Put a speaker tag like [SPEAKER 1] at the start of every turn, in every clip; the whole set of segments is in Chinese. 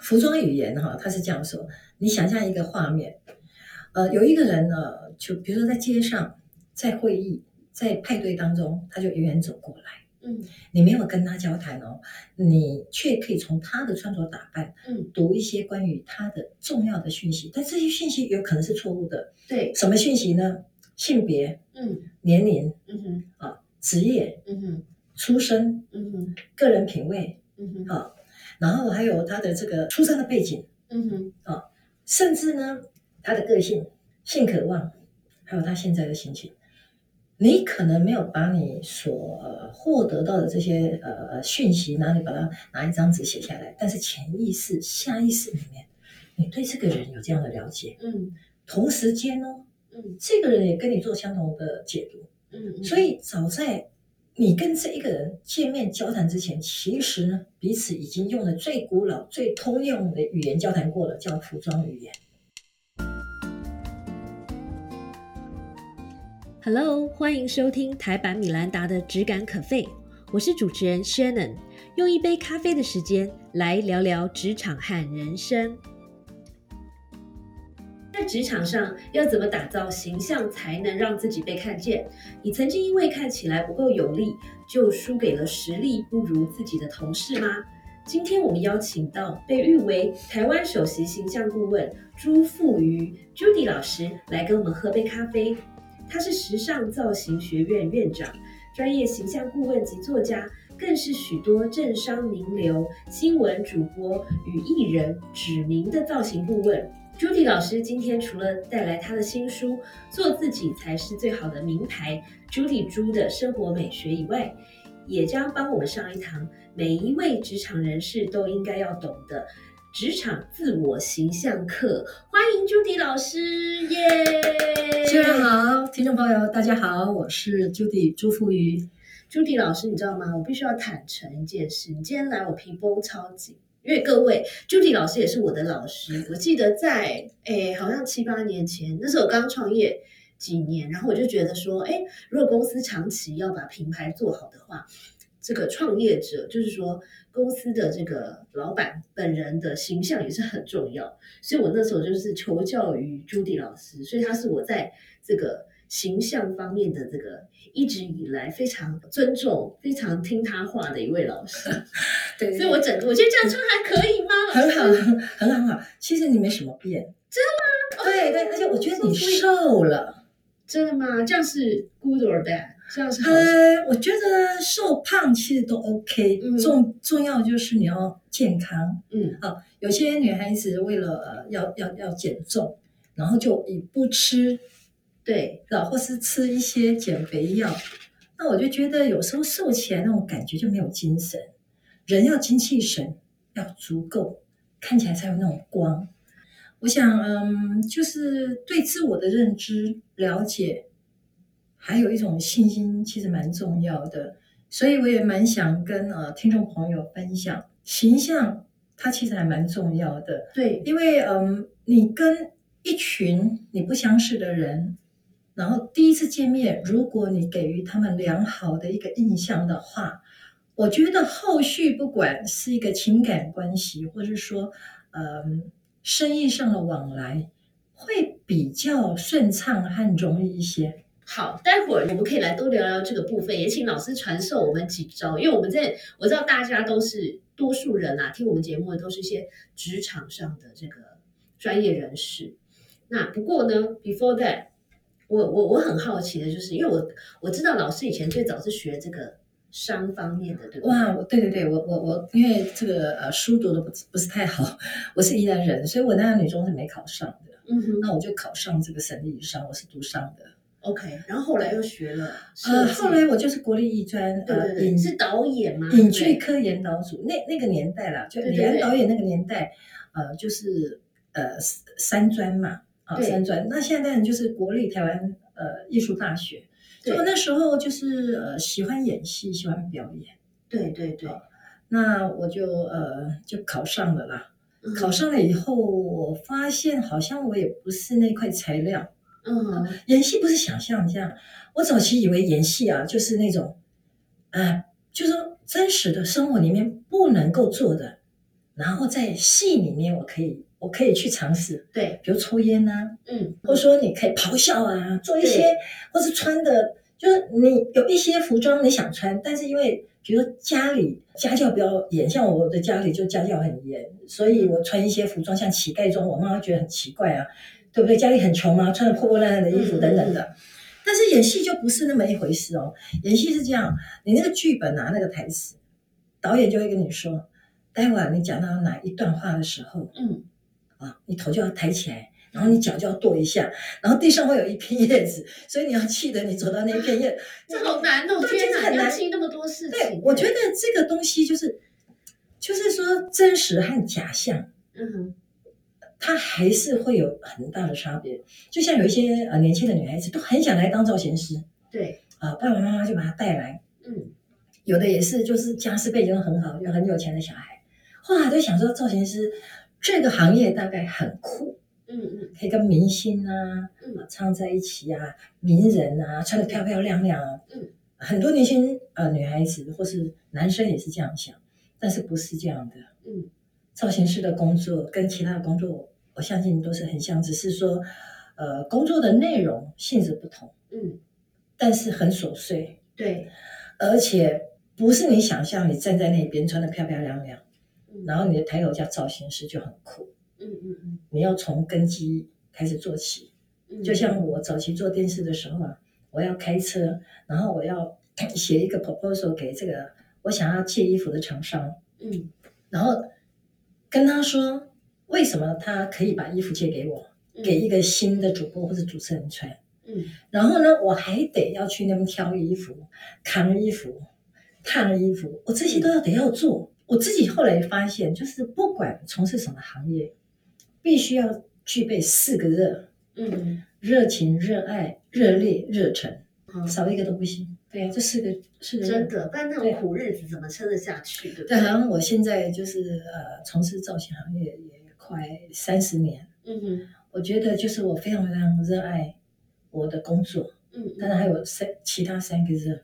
[SPEAKER 1] 服装语言哈，他是这样说：你想象一个画面，呃，有一个人呢，就比如说在街上，在会议、在派对当中，他就远远走过来，
[SPEAKER 2] 嗯
[SPEAKER 1] 你没有跟他交谈哦，你却可以从他的穿着打扮
[SPEAKER 2] 嗯，
[SPEAKER 1] 读一些关于他的重要的讯息，但这些讯息有可能是错误的。
[SPEAKER 2] 对，
[SPEAKER 1] 什么讯息呢？性别、
[SPEAKER 2] 嗯
[SPEAKER 1] 年龄、
[SPEAKER 2] 嗯哼
[SPEAKER 1] 职业、
[SPEAKER 2] 嗯哼
[SPEAKER 1] 出身、
[SPEAKER 2] 嗯哼
[SPEAKER 1] 个人品味，
[SPEAKER 2] 嗯哼
[SPEAKER 1] 然后还有他的这个出生的背景，
[SPEAKER 2] 嗯哼
[SPEAKER 1] 甚至呢他的个性、性渴望，还有他现在的心情。你可能没有把你所呃获得到的这些呃讯息，哪里把它拿一张纸写下来，但是潜意识、下意识里面，你对这个人有这样的了解，
[SPEAKER 2] 嗯
[SPEAKER 1] 同时间哦，
[SPEAKER 2] 嗯
[SPEAKER 1] 这个人也跟你做相同的解读，
[SPEAKER 2] 嗯，
[SPEAKER 1] 所以早在你跟这一个人见面交谈之前，其实呢，彼此已经用了最古老、最通用的语言交谈过了，叫服装语言。
[SPEAKER 3] Hello，欢迎收听台版米兰达的《只感可废》，我是主持人 Shannon，用一杯咖啡的时间来聊聊职场和人生。在职场上要怎么打造形象，才能让自己被看见？你曾经因为看起来不够有力，就输给了实力不如自己的同事吗？今天我们邀请到被誉为台湾首席形象顾问朱富瑜 Judy 老师来跟我们喝杯咖啡，他是时尚造型学院院长、专业形象顾问及作家，更是许多政商名流、新闻主播与艺人指名的造型顾问。Judy 老师今天除了带来他的新书《做自己才是最好的名牌》，Judy 朱的生活美学以外，也将帮我们上一堂每一位职场人士都应该要懂的职场自我形象课。欢迎 Judy 老师，耶！
[SPEAKER 1] 主持人好，听众朋友大家好，我是 Judy 朱富瑜。
[SPEAKER 3] Judy 老师，你知道吗？我必须要坦诚一件事，你今天来我皮绷超紧，因为各位，Judy 老师也是我的老师。我记得在诶，好像七八年前，那时候我刚创业几年，然后我就觉得说，诶，如果公司长期要把品牌做好的话，这个创业者就是说公司的这个老板本人的形象也是很重要。所以我那时候就是求教于 Judy 老师，所以他是我在这个形象方面的这个一直以来非常尊重、非常听他话的一位老 师。
[SPEAKER 1] 对
[SPEAKER 3] 所以我整个我觉得这样穿还可以吗？
[SPEAKER 1] 很好，很好，很好。其实你没什么变，真的吗？哦对对，而且我觉得你瘦了。
[SPEAKER 3] 真的吗？这样是 good or bad？这样是好事？
[SPEAKER 1] 呃，我觉得瘦胖其实都 OK，、
[SPEAKER 3] 嗯
[SPEAKER 1] 重重要就是你要健康。
[SPEAKER 3] 嗯
[SPEAKER 1] 啊，有些女孩子为了、呃、要要要减重，然后就以不吃，
[SPEAKER 3] 对，
[SPEAKER 1] 啊，或是吃一些减肥药，那我就觉得有时候瘦起来那种感觉就没有精神。人要精气神，要足够，看起来才有那种光。我想，嗯，就是对自我的认知了解，还有一种信心，其实蛮重要的。所以我也蛮想跟呃听众朋友分享，形象它其实还蛮重要的。
[SPEAKER 3] 对，
[SPEAKER 1] 因为嗯，你跟一群你不相识的人，然后第一次见面，如果你给予他们良好的一个印象的话，我觉得后续不管是一个情感关系，或是说嗯生意上的往来，会比较顺畅和容易一些。
[SPEAKER 3] 好，待会儿我们可以来多聊聊这个部分，也请老师传授我们几招，因为我们在我知道大家都是多数人啊，听我们节目的都是一些职场上的这个专业人士。那不过呢，before that，我我我很好奇的就是，因为我我知道老师以前最早是学这个商方面的，对不对？
[SPEAKER 1] 哇，我对对对，我我我，因为这个呃书读的不不是太好，我是宜兰人，所以我那个女中是没考上的，
[SPEAKER 3] 嗯哼
[SPEAKER 1] 那我就考上这个省立以上，我是读上的。
[SPEAKER 3] ，OK。然后后来又学了
[SPEAKER 1] 呃，
[SPEAKER 3] 设计，
[SPEAKER 1] 后来我就是国立艺专，
[SPEAKER 3] 对对
[SPEAKER 1] 呃，
[SPEAKER 3] 对，
[SPEAKER 1] 影
[SPEAKER 3] 是导演吗？
[SPEAKER 1] 影
[SPEAKER 3] 对
[SPEAKER 1] 剧
[SPEAKER 3] 不对
[SPEAKER 1] 科研导组，那那个年代啦，就
[SPEAKER 3] 对对
[SPEAKER 1] 李
[SPEAKER 3] 对
[SPEAKER 1] 安导演那个年代，呃，就是呃三专嘛，啊、
[SPEAKER 3] 对
[SPEAKER 1] 三专。那现在当然就是国立台湾呃艺术大学。所
[SPEAKER 3] 对
[SPEAKER 1] 以我那时候就是呃喜欢演戏，喜欢表演，
[SPEAKER 3] 对对对，
[SPEAKER 1] 那我就呃就考上了啦。
[SPEAKER 3] 嗯
[SPEAKER 1] 考上了以后，我发现好像我也不是那块材料，
[SPEAKER 3] 嗯哼
[SPEAKER 1] 演戏不是想象这样，我早期以为演戏啊，就是那种，啊，就是说真实的生活里面不能够做的，然后在戏里面我可以我可以去尝试，
[SPEAKER 3] 对，
[SPEAKER 1] 比如抽烟呐、
[SPEAKER 3] 嗯，
[SPEAKER 1] 或者说你可以咆哮啊，做一些
[SPEAKER 3] 对
[SPEAKER 1] 或是穿的，就是你有一些服装你想穿，但是因为比如家里家教比较严，像我的家里就家教很严，所以我穿一些服装像乞丐装，我妈妈觉得很奇怪啊，对不对？家里很穷啊，穿的破破烂烂的衣服
[SPEAKER 3] 嗯
[SPEAKER 1] 等等的。但是演戏就不是那么一回事哦，演戏是这样，你那个剧本啊，那个台词，导演就会跟你说，待会儿你讲到哪一段话的时候，
[SPEAKER 3] 嗯，
[SPEAKER 1] 啊，你头就要抬起来，然后你脚就要跺一下，然后地上会有一片叶子，所以你要气得你走到那片叶。
[SPEAKER 3] 这好难欸哦，
[SPEAKER 1] 对
[SPEAKER 3] 天
[SPEAKER 1] 其实
[SPEAKER 3] 哪，
[SPEAKER 1] 很
[SPEAKER 3] 你要
[SPEAKER 1] 难
[SPEAKER 3] 记那么多事情。
[SPEAKER 1] 对，我觉得这个东西就是，就是说真实和假象，
[SPEAKER 3] 嗯哼，
[SPEAKER 1] 它还是会有很大的差别。就像有一些呃年轻的女孩子都很想来当造型师
[SPEAKER 3] 对，
[SPEAKER 1] 啊、爸爸妈妈就把她带来，
[SPEAKER 3] 嗯，
[SPEAKER 1] 有的也是就是家世背景都很好，就很有钱的小孩，后来都想说造型师这个行业大概很酷，
[SPEAKER 3] 嗯嗯
[SPEAKER 1] 可以跟明星啊。
[SPEAKER 3] 嗯，
[SPEAKER 1] 唱在一起啊，名人啊，穿的漂漂亮亮啊。
[SPEAKER 3] 嗯，
[SPEAKER 1] 很多年轻呃女孩子或是男生也是这样想，但是不是这样的。
[SPEAKER 3] 嗯，
[SPEAKER 1] 造型师的工作跟其他的工作，我相信都是很像，只是说呃工作的内容性质不同，
[SPEAKER 3] 嗯，
[SPEAKER 1] 但是很琐碎，
[SPEAKER 3] 对，
[SPEAKER 1] 而且不是你想象你站在那边穿的漂漂亮亮，
[SPEAKER 3] 嗯
[SPEAKER 1] 然后你的抬头叫造型师就很酷，
[SPEAKER 3] 嗯嗯
[SPEAKER 1] 你要从根基开始做起。
[SPEAKER 3] 嗯，
[SPEAKER 1] 就像我早期做电视的时候啊，我要开车，然后我要 写一个 proposal 给这个我想要借衣服的厂商，
[SPEAKER 3] 嗯
[SPEAKER 1] 然后跟他说为什么他可以把衣服借给我，
[SPEAKER 3] 嗯
[SPEAKER 1] 给一个新的主播或者主持人穿。
[SPEAKER 3] 嗯
[SPEAKER 1] 然后呢，我还得要去那边挑衣服、扛衣服、烫衣服，我这些都要得要做。我自己后来发现，就是不管从事什么行业，必须要具备四个热。
[SPEAKER 3] 嗯，
[SPEAKER 1] 热情、热爱、热烈、热忱，
[SPEAKER 3] 好，
[SPEAKER 1] 少一个都不行。对呀、这四个是
[SPEAKER 3] 真。的，不然那种
[SPEAKER 1] 对
[SPEAKER 3] 苦日子怎么撑得下去？对不
[SPEAKER 1] 对，啊好像我现在就是呃，从事造型行业也快三十年，
[SPEAKER 3] 嗯哼，
[SPEAKER 1] 我觉得就是我非常非常热爱我的工作，
[SPEAKER 3] 嗯，
[SPEAKER 1] 当然还有三其他三个热。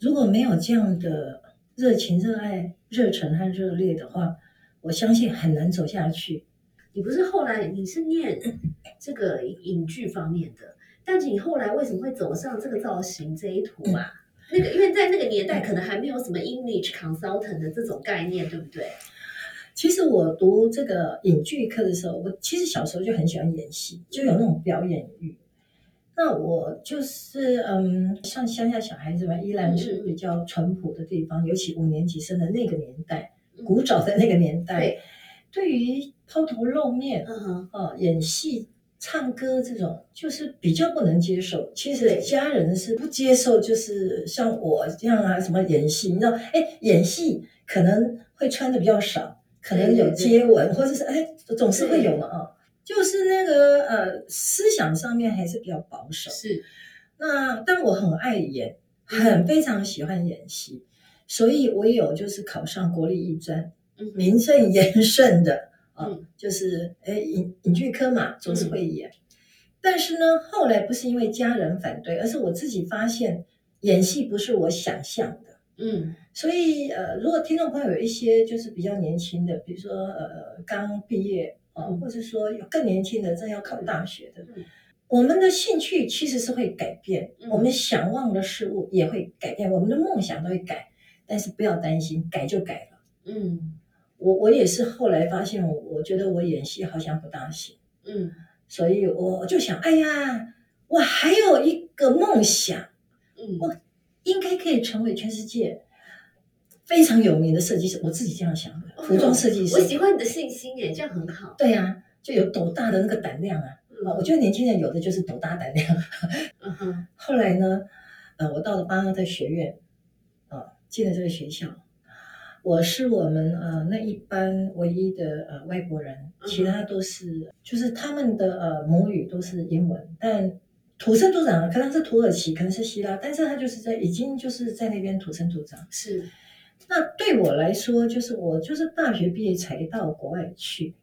[SPEAKER 1] 如果没有这样的热情、热爱、热忱和热烈的话，我相信很难走下去。
[SPEAKER 3] 你不是后来你是念这个影剧方面的，但是你后来为什么会走上这个造型这一途啊？那个，因为在那个年代可能还没有什么 image consultant 的这种概念，对不对？
[SPEAKER 1] 其实我读这个影剧课的时候，我其实小时候就很喜欢演戏，就有那种表演欲。那我就是嗯，像乡下小孩子嘛，依然是比较淳朴的地方，尤其五年级生的那个年代，古早的那个年代，
[SPEAKER 3] 对
[SPEAKER 1] 对于抛头露面
[SPEAKER 3] 嗯哼，
[SPEAKER 1] 啊、演戏、唱歌这种，就是比较不能接受。其实
[SPEAKER 3] 对
[SPEAKER 1] 家人是不接受，就是像我这样啊，什么演戏，你知道，哎，演戏可能会穿的比较少，可能有
[SPEAKER 3] 对对对
[SPEAKER 1] 接吻，或者是哎，总是会有嘛啊。就是那个呃，思想上面还是比较保守。
[SPEAKER 3] 是，
[SPEAKER 1] 那但我很爱演，
[SPEAKER 3] 嗯
[SPEAKER 1] 很非常喜欢演戏，所以我有就是考上国立艺专，
[SPEAKER 3] 嗯哼，
[SPEAKER 1] 名正言顺的啊、
[SPEAKER 3] 嗯
[SPEAKER 1] 就是诶影影剧科嘛，总是会演。但是呢，后来不是因为家人反对，而是我自己发现演戏不是我想象的。
[SPEAKER 3] 嗯
[SPEAKER 1] 所以呃，如果听众朋友有一些就是比较年轻的，比如说呃刚毕业啊、
[SPEAKER 3] 嗯
[SPEAKER 1] 或者说有更年轻的正要考大学的，
[SPEAKER 3] 嗯
[SPEAKER 1] 我们的兴趣其实是会改变，
[SPEAKER 3] 嗯
[SPEAKER 1] 我们想望的事物也会改变，我们的梦想都会改。但是不要担心，改就改了。
[SPEAKER 3] 嗯
[SPEAKER 1] 我我也是后来发现我，我觉得我演戏好像不大行，
[SPEAKER 3] 嗯
[SPEAKER 1] 所以我就想，哎呀，我还有一个梦想，
[SPEAKER 3] 嗯，
[SPEAKER 1] 我应该可以成为全世界非常有名的设计师。我自己这样想的，
[SPEAKER 3] 哦
[SPEAKER 1] 服装设计师。
[SPEAKER 3] 我喜欢你的信心耶，这样很好。
[SPEAKER 1] 对呀、就有斗大的那个胆量啊！啊我
[SPEAKER 3] 嗯
[SPEAKER 1] 觉得年轻人有的就是斗大胆量。
[SPEAKER 3] 嗯哼，
[SPEAKER 1] 后来呢，呃，我到了巴哈特学院，啊、进了这个学校。我是我们呃那一班唯一的呃外国人，
[SPEAKER 3] 嗯
[SPEAKER 1] 其他都是、就是他们的呃母语都是英文，但土生土长，啊可能是土耳其，可能是希腊，但是他就是在已经就是在那边土生土长。
[SPEAKER 3] 是，
[SPEAKER 1] 那对我来说，就是我就是大学毕业才到国外去，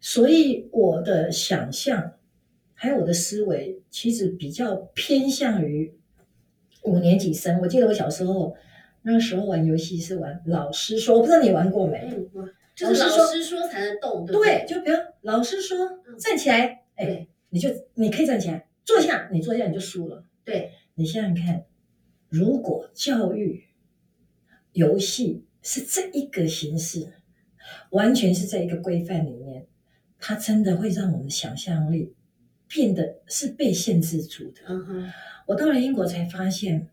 [SPEAKER 1] 所以我的想象还有我的思维，其实比较偏向于五年级生。我记得我小时候那时候玩游戏是玩老师说，我不知道你玩过没？
[SPEAKER 3] 嗯，我就是
[SPEAKER 1] 老师
[SPEAKER 3] 老
[SPEAKER 1] 说
[SPEAKER 3] 师说才能动，对不
[SPEAKER 1] 对，就比如老师说
[SPEAKER 3] 嗯
[SPEAKER 1] 站起来，哎，
[SPEAKER 3] 对
[SPEAKER 1] 你就你可以站起来，坐下，你坐下你就输了。
[SPEAKER 3] 对，
[SPEAKER 1] 你想想看，如果教育游戏是这一个形式，完全是在一个规范里面，它真的会让我们的想象力变得是被限制住的。
[SPEAKER 3] 嗯哼，
[SPEAKER 1] 我到了英国才发现，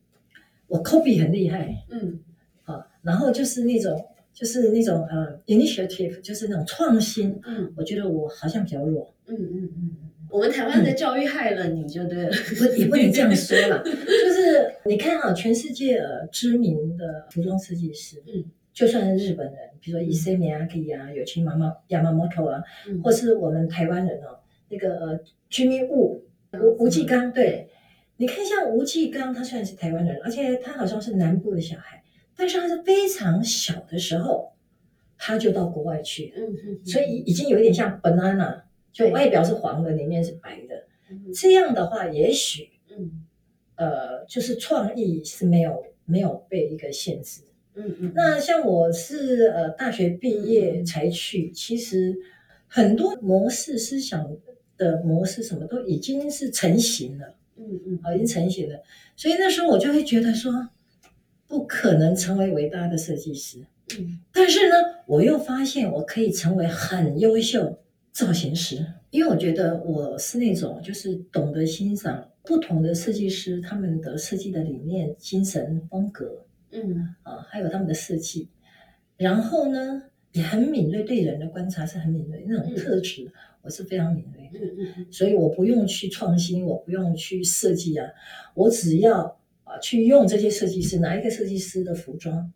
[SPEAKER 1] 我 copy 很厉害，
[SPEAKER 3] 嗯
[SPEAKER 1] 啊，然后就是那种就是那种呃 initiative，就是那种创新，
[SPEAKER 3] 嗯
[SPEAKER 1] 我觉得我好像比较弱，
[SPEAKER 3] 嗯嗯嗯，我们台湾的教育害了你就对了，
[SPEAKER 1] 不也不能这样说啦， 就是你看啊，全世界呃知名的服装设计师，
[SPEAKER 3] 嗯，
[SPEAKER 1] 就算是日本人，比如说
[SPEAKER 3] 嗯
[SPEAKER 1] i s e m i y a k i 啊、有青妈妈 Yamamoto 啊，
[SPEAKER 3] 嗯
[SPEAKER 1] 或是我们台湾人哦，那个呃 Jimmy Woo
[SPEAKER 3] 嗯
[SPEAKER 1] 吴吴继刚，对，你看像吴继刚，他虽然是台湾人，而且他好像是南部的小孩，但是他是非常小的时候，他就到国外去了，
[SPEAKER 3] 嗯嗯，
[SPEAKER 1] 所以已经有点像 banana，就
[SPEAKER 3] 对
[SPEAKER 1] 外表是黄的，里面是白的。
[SPEAKER 3] 嗯
[SPEAKER 1] 这样的话，也许
[SPEAKER 3] 嗯
[SPEAKER 1] 呃，就是创意是没有没有被一个限制。
[SPEAKER 3] 嗯嗯，
[SPEAKER 1] 那像我是呃大学毕业
[SPEAKER 3] 嗯
[SPEAKER 1] 才去，其实很多模式思想的模式什么都已经是成型了，
[SPEAKER 3] 嗯嗯
[SPEAKER 1] 啊，已经成型了。所以那时候我就会觉得说，不可能成为伟大的设计师，
[SPEAKER 3] 嗯
[SPEAKER 1] 但是呢，我又发现我可以成为很优秀造型师，因为我觉得我是那种就是懂得欣赏不同的设计师他们的设计的理念、精神风格
[SPEAKER 3] 嗯
[SPEAKER 1] 啊、还有他们的设计，然后呢，也很敏锐对人的观察是很敏锐，那种
[SPEAKER 3] 嗯
[SPEAKER 1] 特质、我是非常敏锐的，
[SPEAKER 3] 嗯嗯
[SPEAKER 1] 所以我不用去创新，我不用去设计啊，我只要啊去用这些设计师哪一个设计师的服装，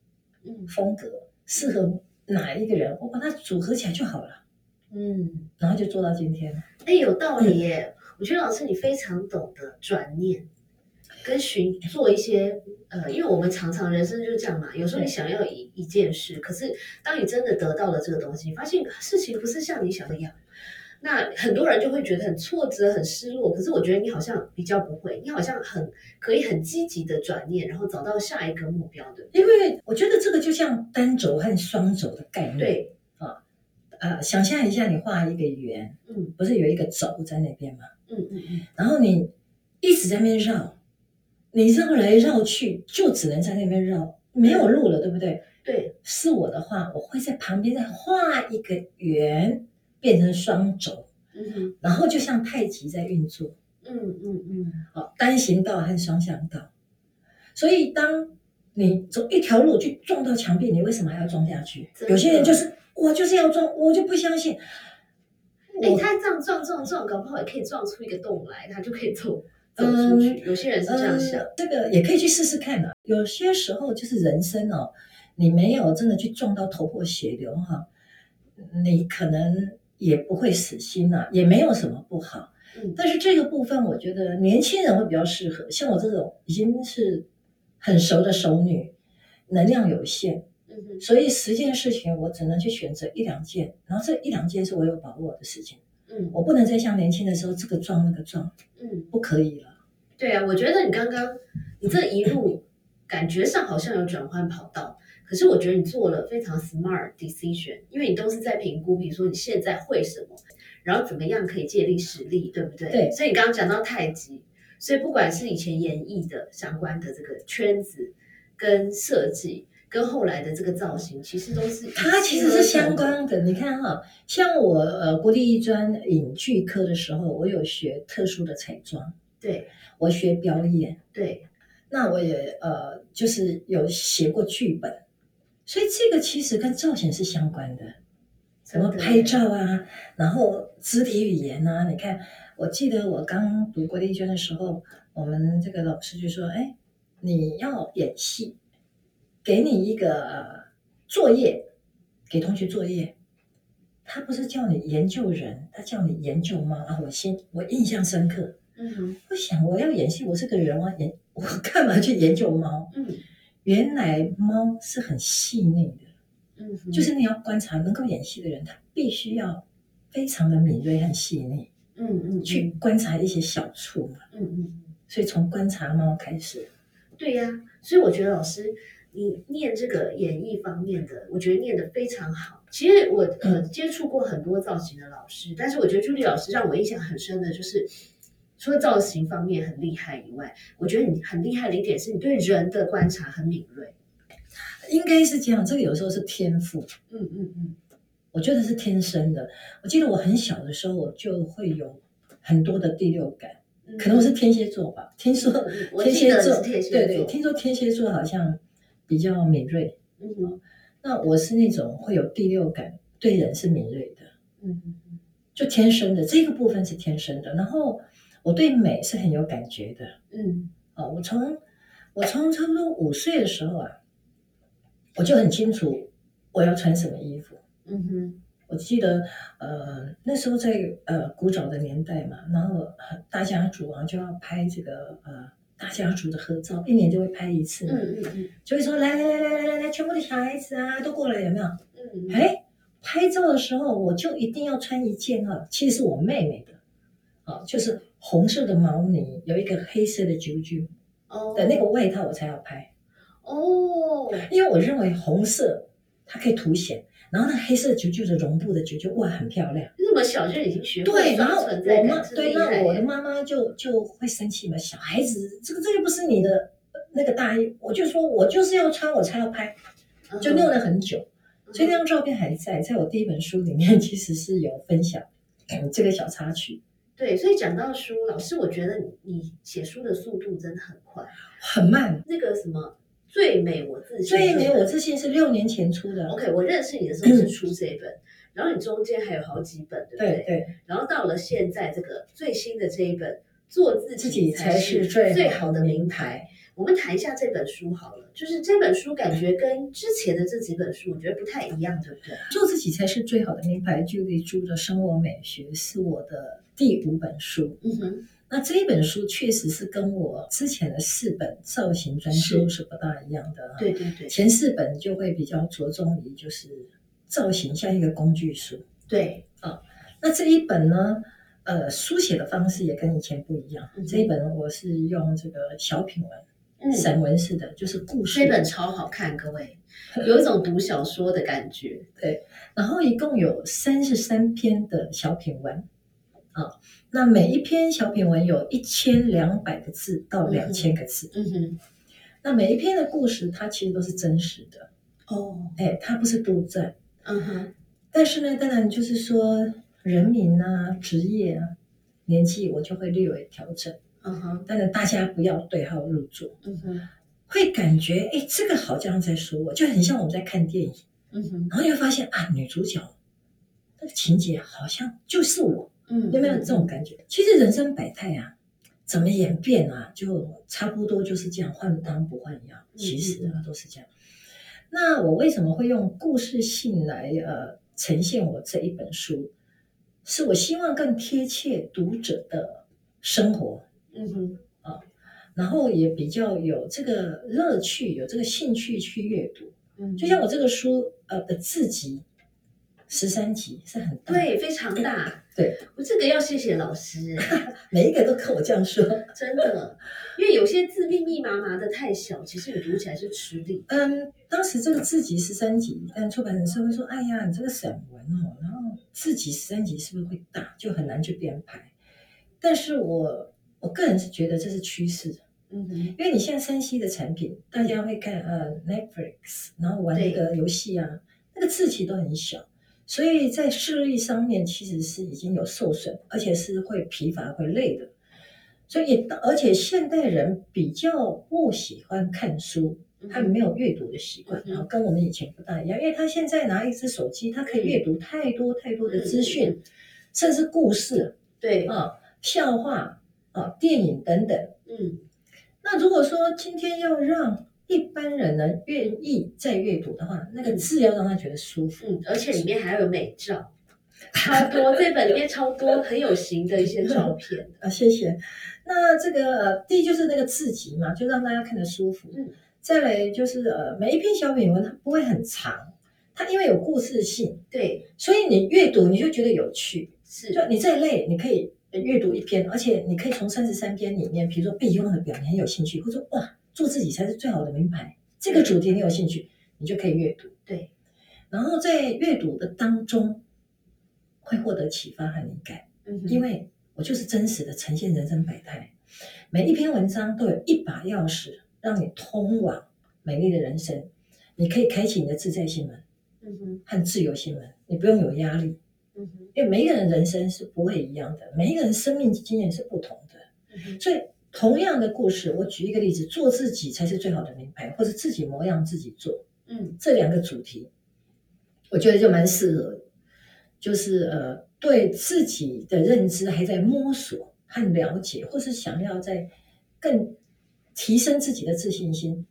[SPEAKER 3] 嗯
[SPEAKER 1] 风格适合哪一个人，我把它组合起来就好了，
[SPEAKER 3] 嗯。
[SPEAKER 1] 然后就做到今天了。
[SPEAKER 3] 哎，有道理耶！我觉得老师你非常懂得转念，跟寻做一些呃，因为我们常常人生就是这样嘛，有时候你想要一一件事，可是当你真的得到了这个东西，发现事情不是像你想的一样，那很多人就会觉得很挫折、很失落。可是我觉得你好像比较不会，你好像很可以很积极的转念，然后找到下一个目标的。
[SPEAKER 1] 因为我觉得这个就像单轴和双轴的概念。，
[SPEAKER 3] 对，
[SPEAKER 1] 呃，想象一下，你画一个圆，
[SPEAKER 3] 嗯
[SPEAKER 1] 不是有一个轴在那边吗？
[SPEAKER 3] 嗯嗯嗯，
[SPEAKER 1] 然后你一直在那边绕，你绕来绕去，就只能在那边绕，没有路了，对不对？
[SPEAKER 3] 对，
[SPEAKER 1] 是我的话，我会在旁边再画一个圆，变成双轴，
[SPEAKER 3] 嗯哼，
[SPEAKER 1] 然后就像太极在运作。
[SPEAKER 3] 嗯嗯嗯
[SPEAKER 1] 好，单行道和双向道。所以，当你走一条路去撞到墙壁，你为什么还要撞下去
[SPEAKER 3] 真？的
[SPEAKER 1] 有些人就是我就是要撞，我就不相信。
[SPEAKER 3] 哎、
[SPEAKER 1] 我
[SPEAKER 3] 他这样撞撞撞，搞不好也可以撞出一个洞来，他就可以走走出去。有些人是这样想，
[SPEAKER 1] 呃，这个也可以去试试看啊。有些时候就是人生哦，你没有真的去撞到头破血流哈、你可能也不会死心呐、也没有什么不好。
[SPEAKER 3] 嗯
[SPEAKER 1] 但是这个部分，我觉得年轻人会比较适合，像我这种已经是很熟的熟女，能量有限，
[SPEAKER 3] 嗯哼，
[SPEAKER 1] 所以十件事情我只能去选择一两件，然后这一两件是我有把握的事情，
[SPEAKER 3] 嗯
[SPEAKER 1] 我不能再像年轻的时候这个撞那个撞，
[SPEAKER 3] 嗯，
[SPEAKER 1] 不可以了。
[SPEAKER 3] 对啊，我觉得你刚刚你这一路感觉上好像有转换跑道，可是我觉得你做了非常 smart decision，因为你都是在评估，比如说你现在会什么，然后怎么样可以借力使力，对不对？
[SPEAKER 1] 对
[SPEAKER 3] 所以你刚刚讲到太极，所以不管是以前演艺的相关的这个圈子跟设计。跟后来的这个造型，其实都是
[SPEAKER 1] 它其实是相关的，你看哈、像我呃国立艺专影剧科的时候，我有学特殊的彩妆，
[SPEAKER 3] 对
[SPEAKER 1] 我学表演，
[SPEAKER 3] 对，
[SPEAKER 1] 那我也呃，就是有写过剧本，所以这个其实跟造型是相关的，什么
[SPEAKER 3] 真的
[SPEAKER 1] 拍照啊，然后肢体语言啊。你看，我记得我刚读国立圈的时候，我们这个老师就说：“哎，你要演戏，给你一个、呃作业，给同学作业。”他不是叫你研究人，他叫你研究猫啊！我心我印象深刻，
[SPEAKER 3] 嗯哼，
[SPEAKER 1] 我想我要演戏，我是个人，我要研我干嘛去研究猫？
[SPEAKER 3] 嗯
[SPEAKER 1] 原来猫是很细腻的，
[SPEAKER 3] 嗯哼，
[SPEAKER 1] 就是你要观察能够演戏的人，他必须要非常的敏锐和细腻，
[SPEAKER 3] 嗯嗯
[SPEAKER 1] 去观察一些小处嘛。
[SPEAKER 3] 嗯嗯，
[SPEAKER 1] 所以从观察猫开始，
[SPEAKER 3] 对呀、所以我觉得老师你念这个演艺方面的，我觉得念得非常好。其实我呃
[SPEAKER 1] 嗯
[SPEAKER 3] 接触过很多造型的老师，但是我觉得 Julie 老师让我印象很深的就是，除了造型方面很厉害以外，我觉得你很厉害的一点是你对人的观察很敏锐。
[SPEAKER 1] 应该是这样。这个有时候是天赋，
[SPEAKER 3] 嗯嗯嗯，
[SPEAKER 1] 我觉得是天生的。我记得我很小的时候，我就会有很多的第六感，
[SPEAKER 3] 嗯
[SPEAKER 1] 可能我是天蝎座吧。听说
[SPEAKER 3] 嗯我
[SPEAKER 1] 天
[SPEAKER 3] 记
[SPEAKER 1] 蝎
[SPEAKER 3] 得你
[SPEAKER 1] 座，
[SPEAKER 3] 是天蝎座，
[SPEAKER 1] 对对，听说天蝎座好像比较敏锐。
[SPEAKER 3] 嗯哼
[SPEAKER 1] 那我是那种会有第六感，对人是敏锐的，
[SPEAKER 3] 嗯嗯嗯
[SPEAKER 1] 就天生的这个部分是天生的。然后我对美是很有感觉的。
[SPEAKER 3] 嗯
[SPEAKER 1] 哦，我从我从差不多五岁的时候啊，我就很清楚我要穿什么衣服。
[SPEAKER 3] 嗯哼
[SPEAKER 1] 我记得，呃，那时候在呃古早的年代嘛，然后很大家族啊就要拍这个呃大家族的合照，一年就会拍一次
[SPEAKER 3] 嗯
[SPEAKER 1] 嘛，
[SPEAKER 3] 嗯嗯
[SPEAKER 1] 就会说来来来来来来来，全部的小孩子啊都过来，有没有？
[SPEAKER 3] 嗯，嗯
[SPEAKER 1] 哎，拍照的时候我就一定要穿一件啊，其实是我妹妹的，啊，就是红色的毛呢，有一个黑色的啾啾
[SPEAKER 3] 哦
[SPEAKER 1] 的那个外套，我才要拍。
[SPEAKER 3] 哦，
[SPEAKER 1] 因为我认为红色它可以凸显，然后那黑色啾啾的绒布的啾啾，哇，很漂亮。
[SPEAKER 3] 那么小就已经学
[SPEAKER 1] 对，
[SPEAKER 3] 会
[SPEAKER 1] 然后
[SPEAKER 3] 刷存在
[SPEAKER 1] 我妈
[SPEAKER 3] 感，真
[SPEAKER 1] 对，
[SPEAKER 3] 厉害
[SPEAKER 1] 那我的
[SPEAKER 3] 耶。
[SPEAKER 1] 妈妈就就会生气嘛，小孩子这个这又不是你的呃那个大衣，我就说我就是要穿，我才要拍，就弄了很久，
[SPEAKER 3] 嗯
[SPEAKER 1] 所以那张照片还在，在我第一本书里面其实是有分享。嗯这个小插曲
[SPEAKER 3] 对，所以讲到书，老师，我觉得你你写书的速度真的很快。
[SPEAKER 1] 很慢，
[SPEAKER 3] 那个什么最美我自信，
[SPEAKER 1] 最美我自信是六年前出的，
[SPEAKER 3] OK，我认识你的时候是出这本，然后你中间还有好几本，对不
[SPEAKER 1] 对对，
[SPEAKER 3] 然后到了现在这个最新的这一本，做自
[SPEAKER 1] 自己才
[SPEAKER 3] 才
[SPEAKER 1] 是
[SPEAKER 3] 最
[SPEAKER 1] 最
[SPEAKER 3] 好
[SPEAKER 1] 好
[SPEAKER 3] 的
[SPEAKER 1] 的
[SPEAKER 3] 名
[SPEAKER 1] 名
[SPEAKER 3] 牌
[SPEAKER 1] 牌。
[SPEAKER 3] 我们谈一下这本书好了，就是这本书感觉跟之前的这几本书，我觉得不太一样，对不对？
[SPEAKER 1] 做自己才是最好的名牌。距离猪的生活美学是我的第五本书，
[SPEAKER 3] 嗯哼，
[SPEAKER 1] 那这一本书确实是跟我之前的四本造型专书是不大一样的。，
[SPEAKER 3] 对对对
[SPEAKER 1] 前四本就会比较着重于就是造型像一个工具书，
[SPEAKER 3] 对，
[SPEAKER 1] 那这一本呢？呃，书写的方式也跟以前不一样。
[SPEAKER 3] 嗯哼
[SPEAKER 1] 这一本我是用这个小品文、
[SPEAKER 3] 嗯，
[SPEAKER 1] 散文式的，就是故事
[SPEAKER 3] 这。本超好看，各位，有一种读小说的感觉。
[SPEAKER 1] 然后一共有三十三篇的小品文，啊，那每一篇小品文有一千两百个字到两千个字，
[SPEAKER 3] 嗯哼，
[SPEAKER 1] 那每一篇的故事它其实都是真实的，
[SPEAKER 3] 哦，
[SPEAKER 1] 哎，它不是杜撰。
[SPEAKER 3] 嗯哼，
[SPEAKER 1] 但是呢，当然就是说人民啊、职业啊、年纪，我就会略微调整。
[SPEAKER 3] 嗯哼，
[SPEAKER 1] 当然，大家不要对号入座，
[SPEAKER 3] 嗯哼，
[SPEAKER 1] 会感觉哎，这个好像在说我，就很像我们在看电影，
[SPEAKER 3] 嗯哼，
[SPEAKER 1] 然后又发现啊，女主角那个情节好像就是我。
[SPEAKER 3] 嗯，
[SPEAKER 1] 有没有这种感觉？其实人生百态啊，怎么演变啊，就差不多就是这样，换汤不换药，其实啊都是这样。那我为什么会用故事性来呃呈现我这一本书？是我希望更贴切读者的生活，
[SPEAKER 3] 嗯哼，
[SPEAKER 1] 然后也比较有这个乐趣，有这个兴趣去阅读。
[SPEAKER 3] 嗯哼，
[SPEAKER 1] 就像我这个书呃的字集，十三集是很大，，
[SPEAKER 3] 对，非常大。
[SPEAKER 1] 对，
[SPEAKER 3] 我这个要谢谢老师，
[SPEAKER 1] 每一个都跟我这样说。
[SPEAKER 3] 真的，因为有些字密密麻麻的太小，其实你读起来是吃力。
[SPEAKER 1] 嗯，当时这个自己十三集，但出版人社会说，哎呀，你这个散文哦，然后自己十三集是不是会大，就很难去编排。但是我我个人是觉得这是趋势，
[SPEAKER 3] 嗯哼，
[SPEAKER 1] 因为你现在山西的产品，大家会看呃 Netflix，然后玩那个游戏啊，那个字体都很小，所以在视力上面其实是已经有受损，而且是会疲乏、会累的。所以也，而且现代人比较不喜欢看书，他们没有阅读的习惯，
[SPEAKER 3] 嗯
[SPEAKER 1] 然后跟我们以前不大一样，因为他现在拿一只手机，他可以阅读太多太多的资
[SPEAKER 3] 嗯
[SPEAKER 1] 讯，甚至故事
[SPEAKER 3] 对，
[SPEAKER 1] 啊、笑话啊、电影等等。
[SPEAKER 3] 嗯
[SPEAKER 1] 那如果说今天要让一般人呢愿意再阅读的话，那个字要让他觉得舒服。
[SPEAKER 3] 嗯，而且里面还有美照，超多，这本里面超多很有型的一些照片。
[SPEAKER 1] 啊，谢谢。那这个呃，第一就是那个字集嘛，就让大家看得舒服。
[SPEAKER 3] 嗯。
[SPEAKER 1] 再来就是呃，每一篇小品文它不会很长，它因为有故事性，
[SPEAKER 3] 对，
[SPEAKER 1] 所以你阅读你就觉得有趣。
[SPEAKER 3] 是，
[SPEAKER 1] 就你再累，你可以呃阅读一篇，而且你可以从三十三篇里面，比如说备用的表，你很有兴趣，或者哇，做自己才是最好的名牌，这个主题你有兴趣，你就可以阅读。
[SPEAKER 3] 对，
[SPEAKER 1] 然后在阅读的当中会获得启发和灵感。
[SPEAKER 3] 嗯
[SPEAKER 1] 因
[SPEAKER 3] 哼，
[SPEAKER 1] 为我就是真实的呈现人生百态，每一篇文章都有一把钥匙，让你通往美丽的人生。你可以开启你的自在心门
[SPEAKER 3] 嗯哼，
[SPEAKER 1] 和自由心门，你不用有压力，
[SPEAKER 3] 嗯哼，
[SPEAKER 1] 因为每一个人人生是不会一样的，每一个人生命经验是不同的，
[SPEAKER 3] 嗯哼，
[SPEAKER 1] 所以。同样的故事，我举一个例子，做自己才是最好的名牌，或者自己模样自己做，
[SPEAKER 3] 嗯
[SPEAKER 1] 这两个主题，我觉得就蛮适合，就是呃，对自己的认知还在摸索和了解，或是想要在更提升自己的自信心，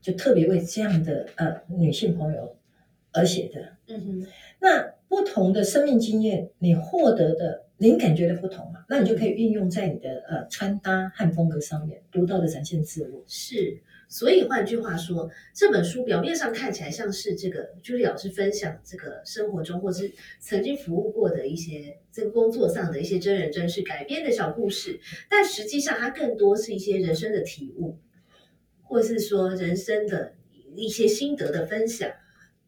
[SPEAKER 1] 就特别为这样的呃女性朋友而写的。
[SPEAKER 3] 嗯哼，
[SPEAKER 1] 那不同的生命经验，你获得的灵感觉得不同嘛，那你就可以运用在你的呃穿搭和风格上面，独到的展现自我。
[SPEAKER 3] 是。所以换句话说，这本书表面上看起来像是这个朱莉老师分享这个生活中或是曾经服务过的一些这个工作上的一些真人真事改编的小故事，但实际上它更多是一些人生的体悟，或是说人生的一些心得的分享。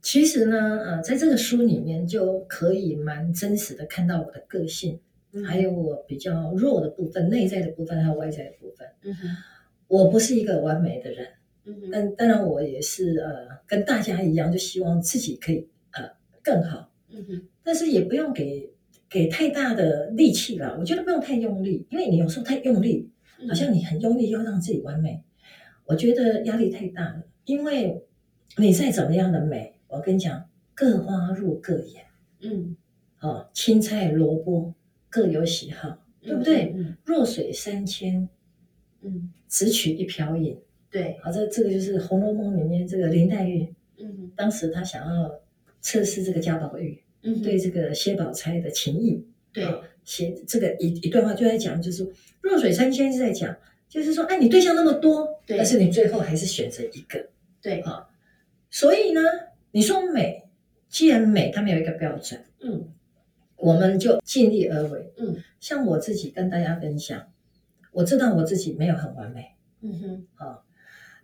[SPEAKER 1] 其实呢，呃，在这个书里面就可以蛮真实的看到我的个性，
[SPEAKER 3] 嗯
[SPEAKER 1] 还有我比较弱的部分、内在的部分，还有外在的部分。
[SPEAKER 3] 嗯哼，
[SPEAKER 1] 我不是一个完美的人，
[SPEAKER 3] 嗯哼，
[SPEAKER 1] 但当然我也是呃，跟大家一样，就希望自己可以呃更好，
[SPEAKER 3] 嗯哼，
[SPEAKER 1] 但是也不用给给太大的力气了。我觉得不用太用力，因为你有时候太用力，
[SPEAKER 3] 嗯
[SPEAKER 1] 好像你很用力要让自己完美，我觉得压力太大了。因为你再怎么样的美，我跟你讲，各花入各眼。
[SPEAKER 3] 嗯，
[SPEAKER 1] 哦，青菜萝卜各有喜好，对不对？
[SPEAKER 3] 嗯
[SPEAKER 1] 弱水三千，
[SPEAKER 3] 嗯，
[SPEAKER 1] 只取一瓢饮。
[SPEAKER 3] 对，
[SPEAKER 1] 好，这这个就是《红楼梦》里面这个林黛玉，
[SPEAKER 3] 嗯哼，
[SPEAKER 1] 当时她想要测试这个贾宝玉
[SPEAKER 3] 嗯哼
[SPEAKER 1] 对这个薛宝钗的情谊。
[SPEAKER 3] 对，
[SPEAKER 1] 啊写这个一一段话就在讲，就是弱水三千是在讲，就是说，哎，你对象那么多，
[SPEAKER 3] 对
[SPEAKER 1] 但是你最后还是选择一个。
[SPEAKER 3] 对，
[SPEAKER 1] 所以呢，你说美，既然美，它没有一个标准。
[SPEAKER 3] 嗯
[SPEAKER 1] 我们就尽力而为。
[SPEAKER 3] 嗯，
[SPEAKER 1] 像我自己跟大家分享，我知道我自己没有很完美，
[SPEAKER 3] 嗯哼，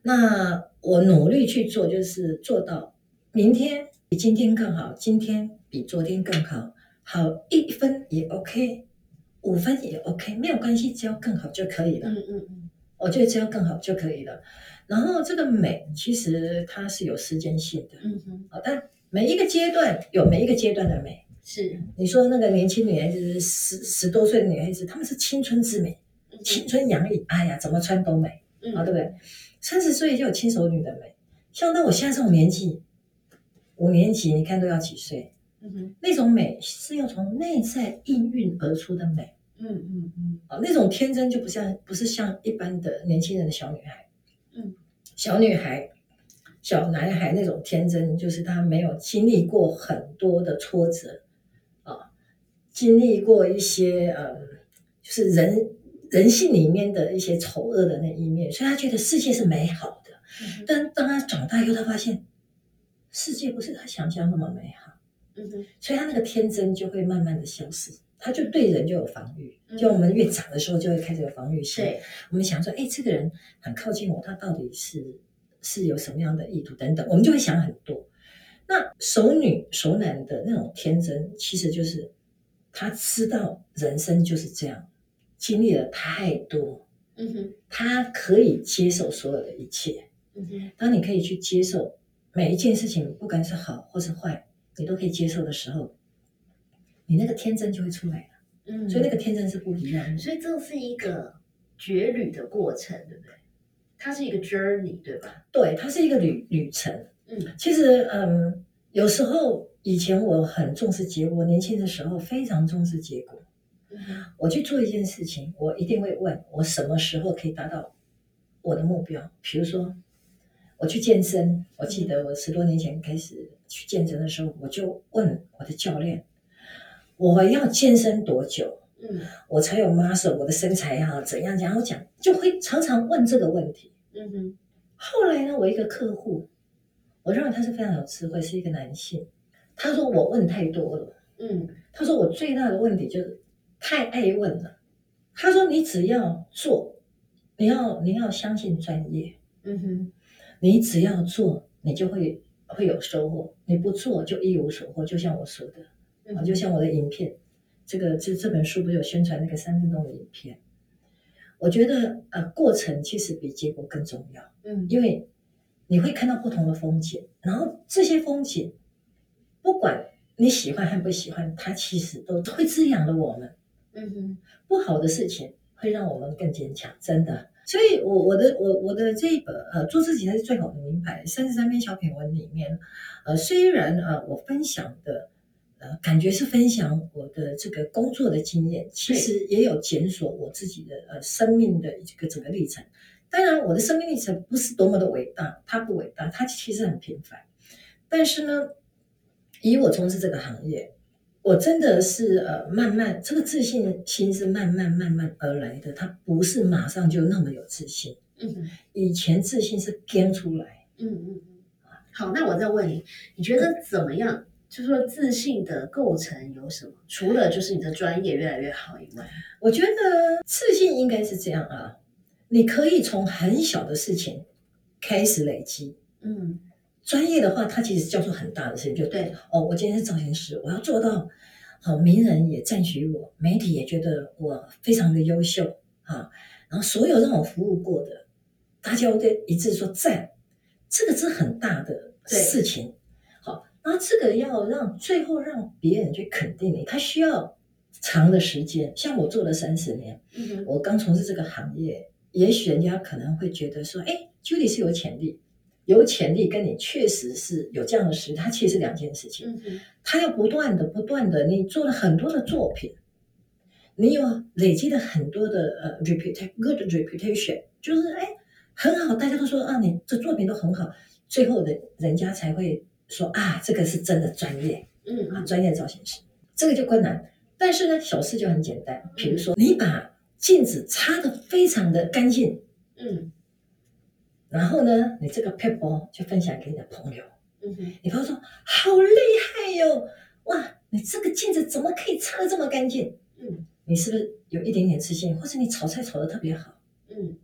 [SPEAKER 1] 那我努力去做，就是做到明天比今天更好，今天比昨天更好，好一分也 OK，五分也 OK，没有关系，只要更好就可以了。
[SPEAKER 3] 嗯嗯嗯，
[SPEAKER 1] 我觉得只要更好就可以了。然后这个美其实它是有时间性的，
[SPEAKER 3] 嗯哼，
[SPEAKER 1] 好，但每一个阶段有每一个阶段的美。
[SPEAKER 3] 是，
[SPEAKER 1] 你说那个年轻女孩子，十十多岁的女孩子，她们是青春之美，
[SPEAKER 3] 嗯
[SPEAKER 1] 青春洋溢，哎呀，怎么穿都美，
[SPEAKER 3] 嗯
[SPEAKER 1] 啊，对不对？三十岁就有轻熟女的美，像到我现在这种年纪，五年级你看都要几岁，
[SPEAKER 3] 嗯哼，
[SPEAKER 1] 那种美是要从内在应运而出的美
[SPEAKER 3] 嗯嗯嗯
[SPEAKER 1] 啊，那种天真就不像不是像一般的年轻人的小女孩，
[SPEAKER 3] 嗯，
[SPEAKER 1] 小女孩。小男孩那种天真，就是他没有经历过很多的挫折，啊经历过一些呃，就是人人性里面的一些丑恶的那一面，所以他觉得世界是美好的。
[SPEAKER 3] 嗯哼，
[SPEAKER 1] 但当他长大以后，他发现世界不是他想象那么美好，
[SPEAKER 3] 嗯哼，
[SPEAKER 1] 所以他那个天真就会慢慢的消失，他就对人就有防御。
[SPEAKER 3] 嗯
[SPEAKER 1] 就我们越长的时候，就会开始有防御心。
[SPEAKER 3] 对，
[SPEAKER 1] 我们想说，哎，这个人很靠近我，他到底是是有什么样的意图等等，我们就会想很多。那熟女熟男的那种天真，其实就是他知道人生就是这样，经历了太多，
[SPEAKER 3] 嗯哼，
[SPEAKER 1] 他可以接受所有的一切。
[SPEAKER 3] 嗯哼，
[SPEAKER 1] 当你可以去接受每一件事情，不管是好或是坏，你都可以接受的时候，你那个天真就会出来了。
[SPEAKER 3] 嗯，
[SPEAKER 1] 所以那个天真是不一样的。
[SPEAKER 3] 所以这是一个绝旅的过程，对不对？它是一个 journey，对吧？
[SPEAKER 1] 对，它是一个旅旅程。
[SPEAKER 3] 嗯
[SPEAKER 1] 其实，嗯，有时候以前我很重视结果，年轻的时候非常重视结果。
[SPEAKER 3] 嗯哼，
[SPEAKER 1] 我去做一件事情，我一定会问我什么时候可以达到我的目标。比如说，我去健身，我记得我十多年前开始去健身的时候，我就问我的教练，我要健身多久，
[SPEAKER 3] 嗯
[SPEAKER 1] 我才有 muscle，我的身材哈、怎样怎样，我讲就会常常问这个问题。
[SPEAKER 3] 嗯哼，
[SPEAKER 1] 后来呢，我一个客户，我认为他是非常有智慧，是一个男性。他说我问太多了，
[SPEAKER 3] 嗯
[SPEAKER 1] 他说我最大的问题就是太爱问了。他说你只要做，你要你要相信专业，
[SPEAKER 3] 嗯哼，
[SPEAKER 1] 你只要做，你就会会有收获。你不做就一无所获，就像我说的，
[SPEAKER 3] 嗯
[SPEAKER 1] 啊，就像我的影片，这个这这本书不是有宣传那个三分钟的影片？我觉得呃，过程其实比结果更重要，
[SPEAKER 3] 嗯
[SPEAKER 1] 因为你会看到不同的风景，然后这些风景，不管你喜欢和不喜欢，它其实都都会滋养了我们。
[SPEAKER 3] 嗯哼，
[SPEAKER 1] 不好的事情会让我们更坚强，真的。所以我，我的我我的这一本呃，做自己才是最好的名牌三十三篇小品文里面，呃，虽然呃我分享的呃感觉是分享我的这个工作的经验，其实也有检索我自己的呃生命的这个整个历程。当然，我的生命历程不是多么的伟大，它不伟大，它其实很平凡。但是呢，以我从事这个行业，我真的是呃，慢慢这个自信心是慢慢慢慢而来的，它不是马上就那么有自信。
[SPEAKER 3] 嗯哼。
[SPEAKER 1] 以前自信是跟出来，
[SPEAKER 3] 嗯嗯嗯，好，那我再问你，你觉得怎么样？就说自信的构成有什么？除了就是你的专业越来越好以外，
[SPEAKER 1] 我觉得自信应该是这样啊，你可以从很小的事情开始累积。
[SPEAKER 3] 嗯
[SPEAKER 1] 专业的话，它其实叫做很大的事情，就
[SPEAKER 3] 对
[SPEAKER 1] 哦，我今天是造型师，我要做到好，名人也赞许我，媒体也觉得我非常的优秀啊。然后所有让我服务过的，大家都一致说赞，这个是很大的
[SPEAKER 3] 对
[SPEAKER 1] 事情。好，然后这个要让最后让别人去肯定你，他需要长的时间。像我做了三十年，
[SPEAKER 3] 嗯哼
[SPEAKER 1] 我刚从事这个行业，也许人家可能会觉得说，哎，Judy 是有潜力，有潜力跟你确实是有这样的实力，它其实是两件事情。
[SPEAKER 3] 嗯哼
[SPEAKER 1] 他要不断的、不断的，你做了很多的作品，你有累积了很多的呃 reputation good reputation，就是哎很好，大家都说啊你这作品都很好，最后的人家才会说啊这个是真的专业
[SPEAKER 3] 嗯
[SPEAKER 1] 啊
[SPEAKER 3] 嗯
[SPEAKER 1] 专业造型师，这个就困难。但是呢，小事就很简单，比如说你把镜子擦得非常的干净，
[SPEAKER 3] 嗯
[SPEAKER 1] 然后呢，你这个 paper 就分享给你的朋友。
[SPEAKER 3] 嗯哼
[SPEAKER 1] 你朋友说好厉害哟、哇，你这个镜子怎么可以擦得这么干净？
[SPEAKER 3] 嗯
[SPEAKER 1] 你是不是有一点点自信，或是你炒菜炒得特别好，
[SPEAKER 3] 嗯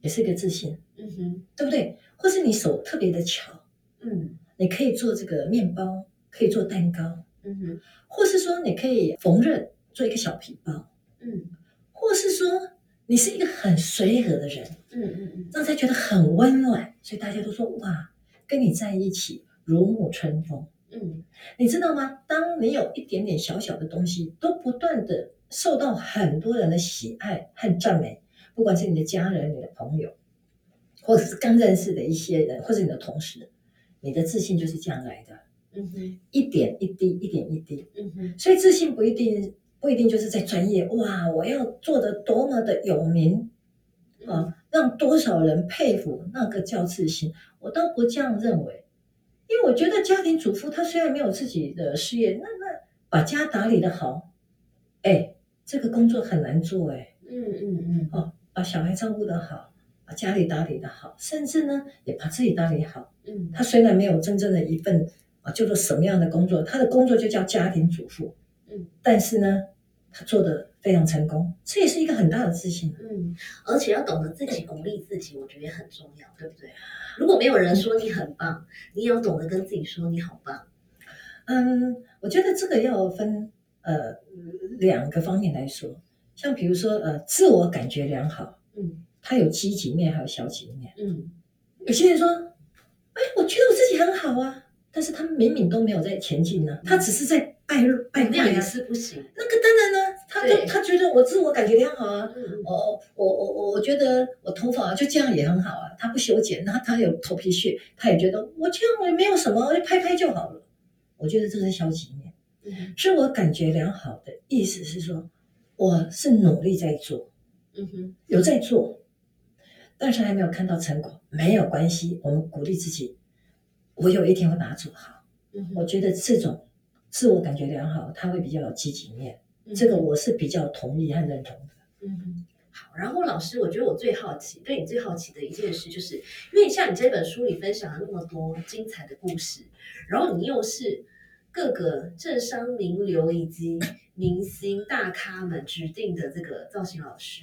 [SPEAKER 1] 也是一个自信，
[SPEAKER 3] 嗯哼
[SPEAKER 1] 对不对？或是你手特别的巧，
[SPEAKER 3] 嗯
[SPEAKER 1] 你可以做这个面包，可以做蛋糕，
[SPEAKER 3] 嗯哼
[SPEAKER 1] 或是说你可以缝纫，做一个小皮包，
[SPEAKER 3] 嗯
[SPEAKER 1] 或是说你是一个很随和的人，
[SPEAKER 3] 嗯嗯
[SPEAKER 1] 让他觉得很温暖，所以大家都说哇，跟你在一起如沐春风。
[SPEAKER 3] 嗯
[SPEAKER 1] 你知道吗？当你有一点点小小的东西，都不断的受到很多人的喜爱和赞美，不管是你的家人、你的朋友，或者是刚认识的一些人，或者你的同事，你的自信就是这样来的，
[SPEAKER 3] 嗯哼
[SPEAKER 1] 一点一滴，一点一滴。
[SPEAKER 3] 嗯哼
[SPEAKER 1] 所以自信不一定不一定就是在专业，哇，我要做的多么的有名，
[SPEAKER 3] 嗯
[SPEAKER 1] 啊，让多少人佩服，那个叫自信。我倒不这样认为，因为我觉得家庭主妇她虽然没有自己的事业，那那把家打理的好，哎，这个工作很难做哎，
[SPEAKER 3] 嗯嗯嗯
[SPEAKER 1] 哦，把小孩照顾的好，把家里打理的好，甚至呢也把自己打理好。
[SPEAKER 3] 嗯
[SPEAKER 1] 她虽然没有真正的一份啊叫做什么样的工作，她的工作就叫家庭主妇，
[SPEAKER 3] 嗯，
[SPEAKER 1] 但是呢，她做的非常成功，这也是一个很大的自信。
[SPEAKER 3] 嗯，而且要懂得自己鼓励自己，我觉得也很重要，对不对？如果没有人说你很棒，你也要懂得跟自己说你好棒。
[SPEAKER 1] 嗯，我觉得这个要分呃两个方面来说，像比如说呃自我感觉良好，
[SPEAKER 3] 嗯
[SPEAKER 1] 它有积极面还有消极面。
[SPEAKER 3] 嗯
[SPEAKER 1] 有些人说，哎，我觉得我自己很好啊，但是他明明都没有在前进呢、他只是在败入败
[SPEAKER 3] 哎那样
[SPEAKER 1] 坏
[SPEAKER 3] 也
[SPEAKER 1] 啊。
[SPEAKER 3] 是不行。
[SPEAKER 1] 那个当然呢，啊他就
[SPEAKER 3] 对
[SPEAKER 1] 他觉得我自我感觉良好啊。
[SPEAKER 3] 嗯
[SPEAKER 1] 哦，我我我我觉得我头发就这样也很好啊，他不修剪，那他有头皮屑，他也觉得我这样我也没有什么，拍拍就好了。我觉得这是消极面。
[SPEAKER 3] 嗯
[SPEAKER 1] 自我感觉良好的意思是说，我是努力在做，
[SPEAKER 3] 嗯哼
[SPEAKER 1] 有在做，但是还没有看到成果，没有关系，我们鼓励自己，我有一天会把它做好。
[SPEAKER 3] 嗯哼
[SPEAKER 1] 我觉得这种自我感觉良好，它会比较有积极面，
[SPEAKER 3] 嗯
[SPEAKER 1] 这个我是比较同意和认同的。
[SPEAKER 3] 嗯，好。然后老师，我觉得我最好奇，对你最好奇的一件事，就是因为像你这本书里分享了那么多精彩的故事，然后你又是各个政商名流以及明星大咖们指定的这个造型老师，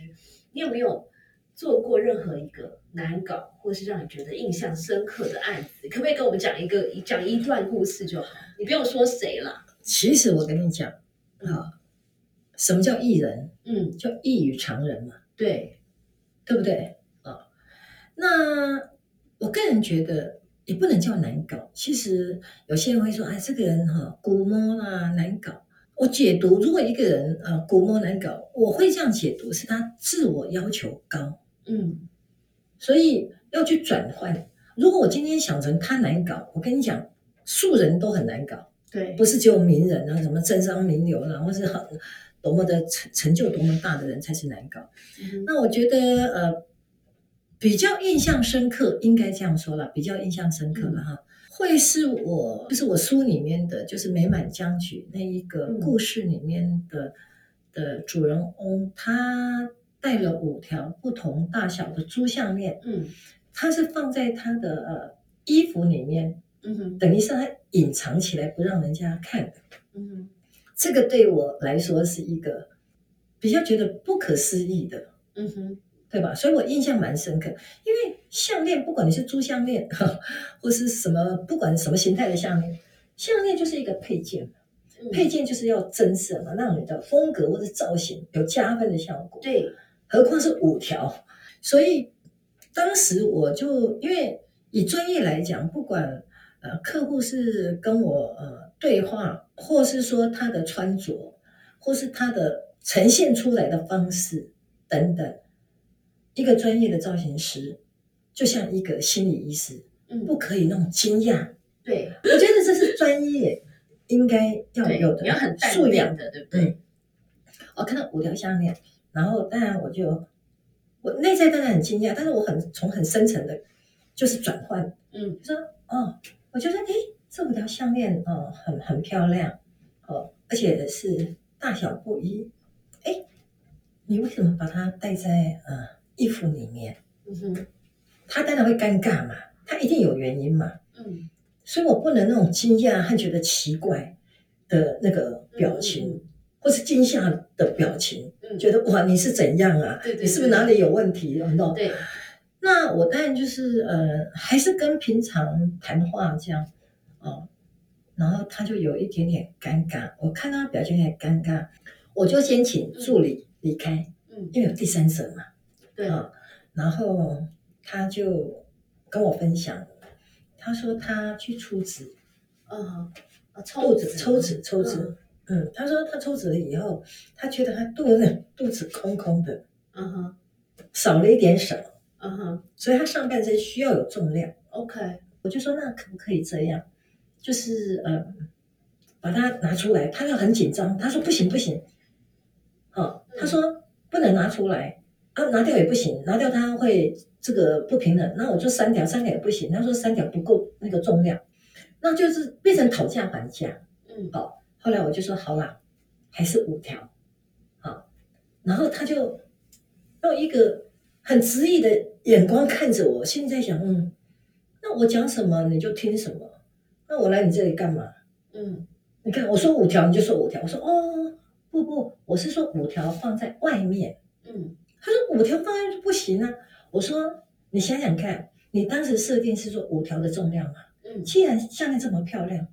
[SPEAKER 3] 你有没有做过任何一个难搞或是让你觉得印象深刻的案子？可不可以跟我们讲一个讲一段故事就好？你不用说谁啦，
[SPEAKER 1] 其实我跟你讲啊，什么叫艺人？
[SPEAKER 3] 嗯，
[SPEAKER 1] 叫异于常人嘛，
[SPEAKER 3] 对，
[SPEAKER 1] 对不对？啊，那我个人觉得也不能叫难搞。其实有些人会说，哎，这个人哈、古摸啦，难搞。我解读，如果一个人呃古摸难搞，我会这样解读，是他自我要求高，
[SPEAKER 3] 嗯
[SPEAKER 1] 所以要去转换。如果我今天想成他难搞，我跟你讲，素人都很难搞。
[SPEAKER 3] 对，
[SPEAKER 1] 不是只有名人啊，什么政商名流啦、或是很多么的成成就多么大的人才是难搞。
[SPEAKER 3] 嗯
[SPEAKER 1] 那我觉得呃，比较印象深刻，应该这样说了，比较印象深刻了哈。会是我，就是我书里面的，就是《美满僵局》那一个
[SPEAKER 3] 嗯
[SPEAKER 1] 故事里面的、的主人翁，他戴了五条不同大小的珠项链，
[SPEAKER 3] 嗯
[SPEAKER 1] 他是放在他的呃衣服里面，
[SPEAKER 3] 嗯哼
[SPEAKER 1] 等于是他隐藏起来不让人家看的。
[SPEAKER 3] 嗯哼
[SPEAKER 1] 这个对我来说是一个比较觉得不可思议的，
[SPEAKER 3] 嗯哼，
[SPEAKER 1] 对吧？所以我印象蛮深刻，因为项链，不管你是珠项链， 呵或是什么，不管什么形态的项链，项链就是一个配件嘛，
[SPEAKER 3] 嗯
[SPEAKER 1] 配件就是要增色嘛，让你的风格或者造型有加分的效果。
[SPEAKER 3] 对，
[SPEAKER 1] 何况是五条，所以当时我就因为以专业来讲，不管呃客户是跟我呃对话，或是说他的穿着，或是他的呈现出来的方式等等，一个专业的造型师就像一个心理医师，
[SPEAKER 3] 嗯
[SPEAKER 1] 不可以那种惊讶，
[SPEAKER 3] 对
[SPEAKER 1] 我觉得这是专业应该要嗯
[SPEAKER 3] 对
[SPEAKER 1] 有，的
[SPEAKER 3] 你要很淡
[SPEAKER 1] 素养
[SPEAKER 3] 定的，对不对？
[SPEAKER 1] 我哦看到五条项链，然后当然我就我内在当然很惊讶，但是我很从很深层的，就是转换，
[SPEAKER 3] 嗯
[SPEAKER 1] 就说哦，我觉得诶，这五条项链哦很很漂亮哦，而且是大小不一，诶，你为什么把它戴在呃衣服里面？
[SPEAKER 3] 嗯哼
[SPEAKER 1] 他当然会尴尬嘛，他一定有原因嘛，
[SPEAKER 3] 嗯
[SPEAKER 1] 所以我不能那种惊讶和觉得奇怪的那个表情，
[SPEAKER 3] 嗯嗯
[SPEAKER 1] 或是惊吓的表情。
[SPEAKER 3] 嗯，
[SPEAKER 1] 觉得哇，你是怎样啊？
[SPEAKER 3] 对对对
[SPEAKER 1] 你是不是哪里有问题？然后，
[SPEAKER 3] 对，
[SPEAKER 1] 那我当然就是呃，还是跟平常谈话这样哦。然后他就有一点点尴尬，我看他表情有点尴尬，我就先请助理离开，
[SPEAKER 3] 嗯
[SPEAKER 1] 因为有第三者嘛。
[SPEAKER 3] 对，
[SPEAKER 1] 啊然后他就跟我分享，他说他去出纸，
[SPEAKER 3] 嗯，啊
[SPEAKER 1] 抽
[SPEAKER 3] 抽
[SPEAKER 1] 脂，抽脂，抽脂。嗯，他说他抽脂了以后，他觉得他肚子肚子空空的，
[SPEAKER 3] 嗯哼
[SPEAKER 1] 少了一点什么。
[SPEAKER 3] 嗯哼
[SPEAKER 1] 所以他上半身需要有重量。
[SPEAKER 3] ，OK，
[SPEAKER 1] 我就说那可不可以这样？就是呃，把它拿出来，他就很紧张，他说不行不行，哦，他说不能拿出来啊，拿掉也不行，拿掉它会这个不平衡。那我就三条，三条也不行，他说三条不够那个重量，那就是变成讨价还价。
[SPEAKER 3] 嗯
[SPEAKER 1] 后来我就说好啦，还是五条，好，然后他就用一个很执意的眼光看着我，心里在想，嗯，那我讲什么你就听什么，那我来你这里干嘛？
[SPEAKER 3] 嗯
[SPEAKER 1] 你看我说五条你就说五条，我说哦不不，我是说五条放在外面，
[SPEAKER 3] 嗯
[SPEAKER 1] 他说五条放在外面不行啊，我说你想想看，你当时设定是说五条的重量吗？
[SPEAKER 3] 嗯
[SPEAKER 1] 既然项链这么漂亮，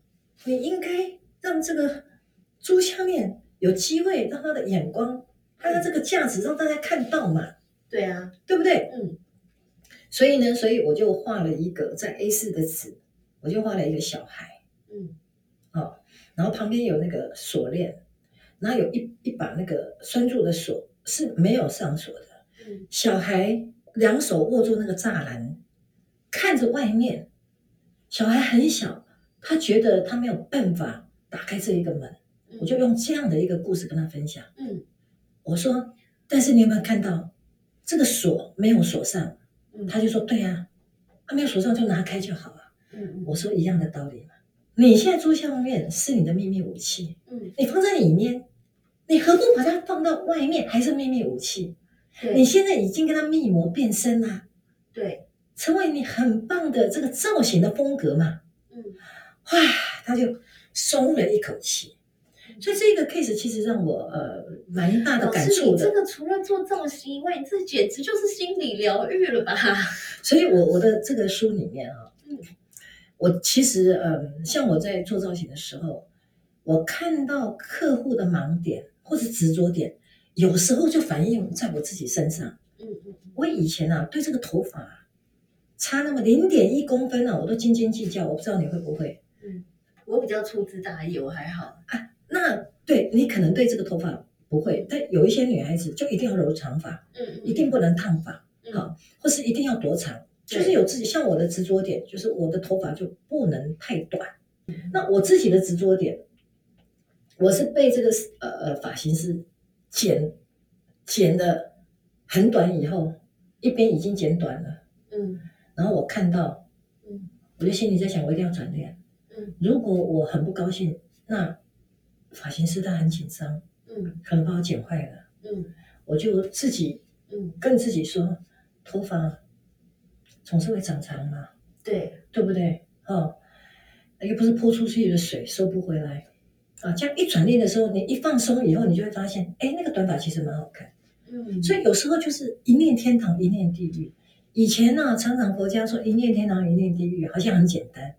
[SPEAKER 1] 你应该让这个珠项链有机会让他的眼光，让他这个价值让大家看到嘛，
[SPEAKER 3] 对啊，
[SPEAKER 1] 对不对？
[SPEAKER 3] 嗯
[SPEAKER 1] 所以呢，所以我就画了一个在 A 4的纸，我就画了一个小孩，
[SPEAKER 3] 嗯
[SPEAKER 1] 然后旁边有那个锁链，然后有一一把那个拴住的锁是没有上锁的。
[SPEAKER 3] 嗯
[SPEAKER 1] 小孩两手握住那个栅栏，看着外面。小孩很小，他觉得他没有办法打开这一个门，
[SPEAKER 3] 嗯，
[SPEAKER 1] 我就用这样的一个故事跟他分享。
[SPEAKER 3] 嗯
[SPEAKER 1] 我说：“但是你有没有看到这个锁没有锁上
[SPEAKER 3] 嗯？”
[SPEAKER 1] 他就说：“对呀、啊，没有锁上就拿开就好了。
[SPEAKER 3] 嗯”
[SPEAKER 1] 我说：“一样的道理嘛，你现在珠项链是你的秘密武器，
[SPEAKER 3] 嗯
[SPEAKER 1] 你放在里面，你何不把它放到外面，还是秘密武器？
[SPEAKER 3] 对
[SPEAKER 1] 你现在已经跟它密谋变身啦，
[SPEAKER 3] 对
[SPEAKER 1] 成为你很棒的这个造型的风格嘛。
[SPEAKER 3] 嗯
[SPEAKER 1] 哇，他就松了一口气。所以这个 case 其实让我呃蛮大的
[SPEAKER 3] 老
[SPEAKER 1] 感
[SPEAKER 3] 师，
[SPEAKER 1] 触
[SPEAKER 3] 你
[SPEAKER 1] 的
[SPEAKER 3] 这。个除了做造型以外，你这简直就是心理疗愈了吧？
[SPEAKER 1] 所以我我的这个书里面啊，
[SPEAKER 3] 嗯
[SPEAKER 1] 我其实嗯，像我在做造型的时候，我看到客户的盲点或者执着点，有时候就反映在我自己身上。
[SPEAKER 3] 嗯嗯
[SPEAKER 1] 我以前啊，对这个头发啊差那么零点一公分啊，我都斤斤计较。我不知道你会不会？
[SPEAKER 3] 嗯，我比较粗枝大叶，我还好。
[SPEAKER 1] 那对你可能对这个头发不会，但有一些女孩子就一定要留长发，
[SPEAKER 3] 嗯，
[SPEAKER 1] 一定不能烫发。
[SPEAKER 3] 嗯
[SPEAKER 1] 好或是一定要多长，
[SPEAKER 3] 对
[SPEAKER 1] 就是有自己像我的执着点，就是我的头发就不能太短。
[SPEAKER 3] 嗯
[SPEAKER 1] 那我自己的执着点，我是被这个呃呃发型师剪剪的很短以后，一边已经剪短了，
[SPEAKER 3] 嗯
[SPEAKER 1] 然后我看到，
[SPEAKER 3] 嗯
[SPEAKER 1] 我就心里在想，我一定要转脸。
[SPEAKER 3] 嗯
[SPEAKER 1] 如果我很不高兴，那发型师他很紧张，
[SPEAKER 3] 嗯
[SPEAKER 1] 可能把我剪坏了，
[SPEAKER 3] 嗯
[SPEAKER 1] 我就自己
[SPEAKER 3] 嗯，
[SPEAKER 1] 跟自己说，头发总是会长长嘛，
[SPEAKER 3] 对，
[SPEAKER 1] 对不对？哦，又不是泼出去的水收不回来啊。这样一转念的时候，你一放松以后，你就会发现，哎，那个短发其实蛮好看。
[SPEAKER 3] 嗯，
[SPEAKER 1] 所以有时候就是一念天堂，一念地狱。以前呢、常常佛家说一念天堂，一念地狱，好像很简单，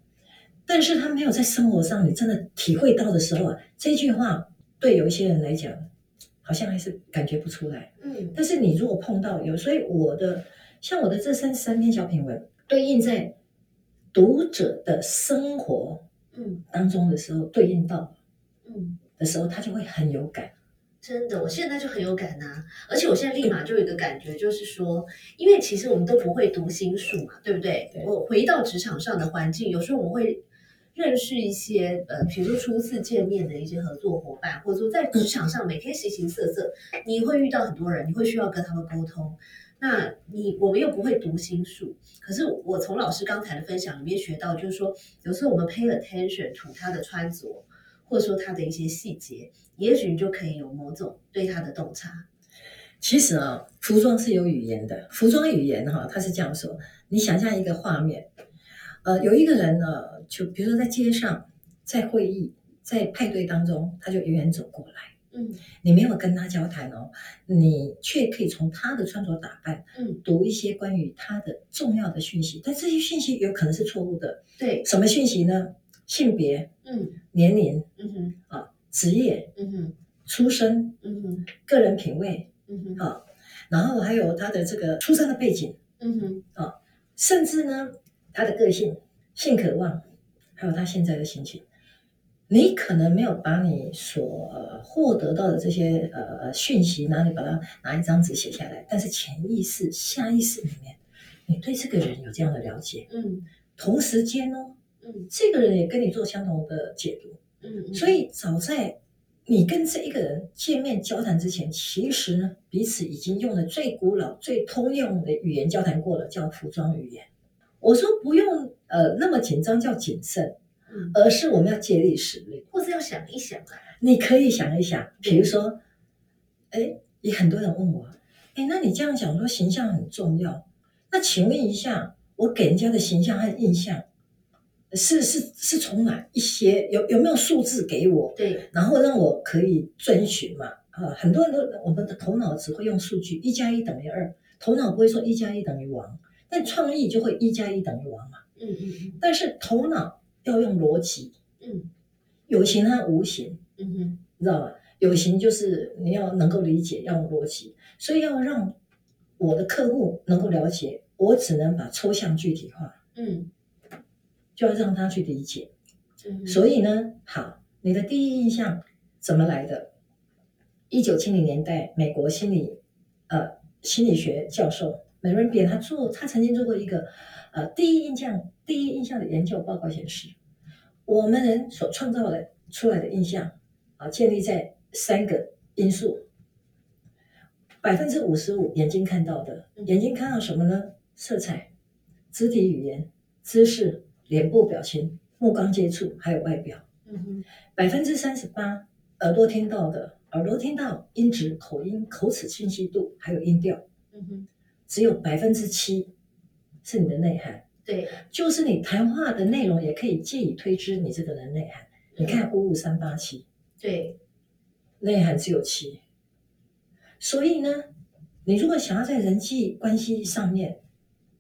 [SPEAKER 1] 但是他没有在生活上你真的体会到的时候啊，这句话对有一些人来讲，好像还是感觉不出来。
[SPEAKER 3] 嗯
[SPEAKER 1] 但是你如果碰到有，所以我的像我的这三十三篇小品文，对应在读者的生活
[SPEAKER 3] 嗯
[SPEAKER 1] 当中的时候，对应到
[SPEAKER 3] 嗯，
[SPEAKER 1] 的时候，他就会很有感。
[SPEAKER 3] 真的，我现在就很有感呐、啊而且我现在立马就有一个感觉，就是说，因为其实我们都不会读心术嘛，对不对？
[SPEAKER 1] 对
[SPEAKER 3] 我回到职场上的环境，有时候我们会。认识一些呃，比如说初次见面的一些合作伙伴，或者说在职场上每天形形色色，你会遇到很多人，你会需要跟他们沟通。那你我们又不会读心术，可是我从老师刚才的分享里面学到，就是说有时候我们 pay attention to 他的穿着，或者说他的一些细节，也许你就可以有某种对他的洞察。
[SPEAKER 1] 其实啊，服装是有语言的，服装语言哈、它是这样说：你想象一个画面，呃，有一个人呢，就比如说在街上、在会议、在派对当中，他就远远走过来，
[SPEAKER 3] 嗯
[SPEAKER 1] 你没有跟他交谈哦，你却可以从他的穿着打扮。
[SPEAKER 3] 嗯，
[SPEAKER 1] 读一些关于他的重要的讯息，但这些讯息有可能是错误的。
[SPEAKER 3] 对，
[SPEAKER 1] 什么讯息呢？性别、
[SPEAKER 3] 嗯
[SPEAKER 1] 年龄、
[SPEAKER 3] 嗯哼
[SPEAKER 1] 职业、
[SPEAKER 3] 嗯哼
[SPEAKER 1] 出身、
[SPEAKER 3] 嗯哼
[SPEAKER 1] 个人品味，
[SPEAKER 3] 嗯哼
[SPEAKER 1] 啊然后还有他的这个出生的背景，
[SPEAKER 3] 嗯哼
[SPEAKER 1] 甚至呢他的个性、性渴望，还有他现在的心情。你可能没有把你所呃获得到的这些呃讯息，拿你把它拿一张纸写下来，但是潜意识、下意识里面，你对这个人有这样的了解。
[SPEAKER 3] 嗯
[SPEAKER 1] 同时间哦，
[SPEAKER 3] 嗯
[SPEAKER 1] 这个人也跟你做相同的解读，
[SPEAKER 3] 嗯，
[SPEAKER 1] 所以早在你跟这一个人见面交谈之前，其实呢，彼此已经用了最古老、最通用的语言交谈过了，叫服装语言。我说不用呃那么紧张，叫谨慎，
[SPEAKER 3] 嗯，
[SPEAKER 1] 而是我们要借力使力。
[SPEAKER 3] 或是要想一想啊，
[SPEAKER 1] 你可以想一想，比如说，哎，也很多人问我，哎，那你这样讲说形象很重要，那请问一下，我给人家的形象和印象是是是从哪一些有有没有数字给我，
[SPEAKER 3] 对，
[SPEAKER 1] 然后让我可以遵循嘛？啊，很多人都我们的头脑只会用数据，一加一等于二，头脑不会说一加一等于王，但创意就会一加一等于王嘛。
[SPEAKER 3] 嗯嗯
[SPEAKER 1] 但是头脑要用逻辑，
[SPEAKER 3] 嗯
[SPEAKER 1] 有形和无形。
[SPEAKER 3] 嗯嗯哼
[SPEAKER 1] 你知道吗？有形就是你要能够理解，要有逻辑，所以要让我的客户能够了解，我只能把抽象具体化，
[SPEAKER 3] 嗯
[SPEAKER 1] 就要让他去理解。
[SPEAKER 3] 嗯，
[SPEAKER 1] 所以呢，好，你的第一印象怎么来的？一九七零年代，美国心理呃心理学教授梅伦别他做他曾经做过一个呃第一印象第一印象的研究报告显示，我们人所创造的出来的印象啊，建立在三个因素。百分之五十五眼睛看到的，
[SPEAKER 3] 嗯
[SPEAKER 1] 眼睛看到什么呢？色彩、肢体语言、姿势、脸部表情、目光接触，还有外表。
[SPEAKER 3] 嗯哼
[SPEAKER 1] 百分之三十八耳朵听到的，耳朵听到音质、口音、口齿清晰度，还有音调。
[SPEAKER 3] 嗯哼，
[SPEAKER 1] 只有百分之七是你的内涵，
[SPEAKER 3] 对，
[SPEAKER 1] 就是你谈话的内容也可以借以推知你这个人内涵。你看五五三八七，
[SPEAKER 3] 对，
[SPEAKER 1] 内涵只有七。所以呢，你如果想要在人际关系上面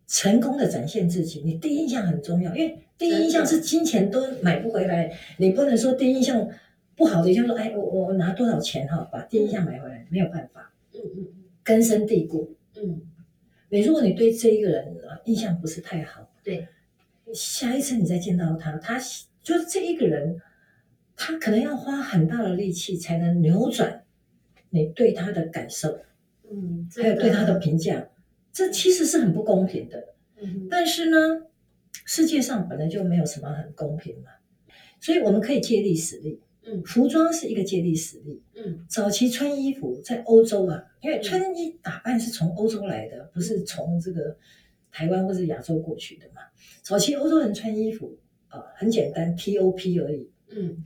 [SPEAKER 1] 成功的展现自己，你第一印象很重要，因为第一印象是金钱都买不回来，你不能说第一印象不好的就说，哎，我我我拿多少钱哈，把第一印象买回来，没有办法，
[SPEAKER 3] 嗯嗯
[SPEAKER 1] 根深蒂固。
[SPEAKER 3] 嗯
[SPEAKER 1] 你如果你对这一个人呃印象不是太好，
[SPEAKER 3] 对，
[SPEAKER 1] 下一次你再见到他，他就是这一个人，他可能要花很大的力气才能扭转你对他的感受。
[SPEAKER 3] 嗯，
[SPEAKER 1] 还有对他的评价，这其实是很不公平的。
[SPEAKER 3] 嗯
[SPEAKER 1] 但是呢，世界上本来就没有什么很公平嘛，所以我们可以借力使力。
[SPEAKER 3] 嗯
[SPEAKER 1] 服装是一个借力使力。
[SPEAKER 3] 嗯
[SPEAKER 1] 早期穿衣服在欧洲啊，因为穿衣打扮是从欧洲来的，不是从这个台湾或是亚洲过去的嘛。早期欧洲人穿衣服啊、呃很简单，T O P 而已
[SPEAKER 3] 嗯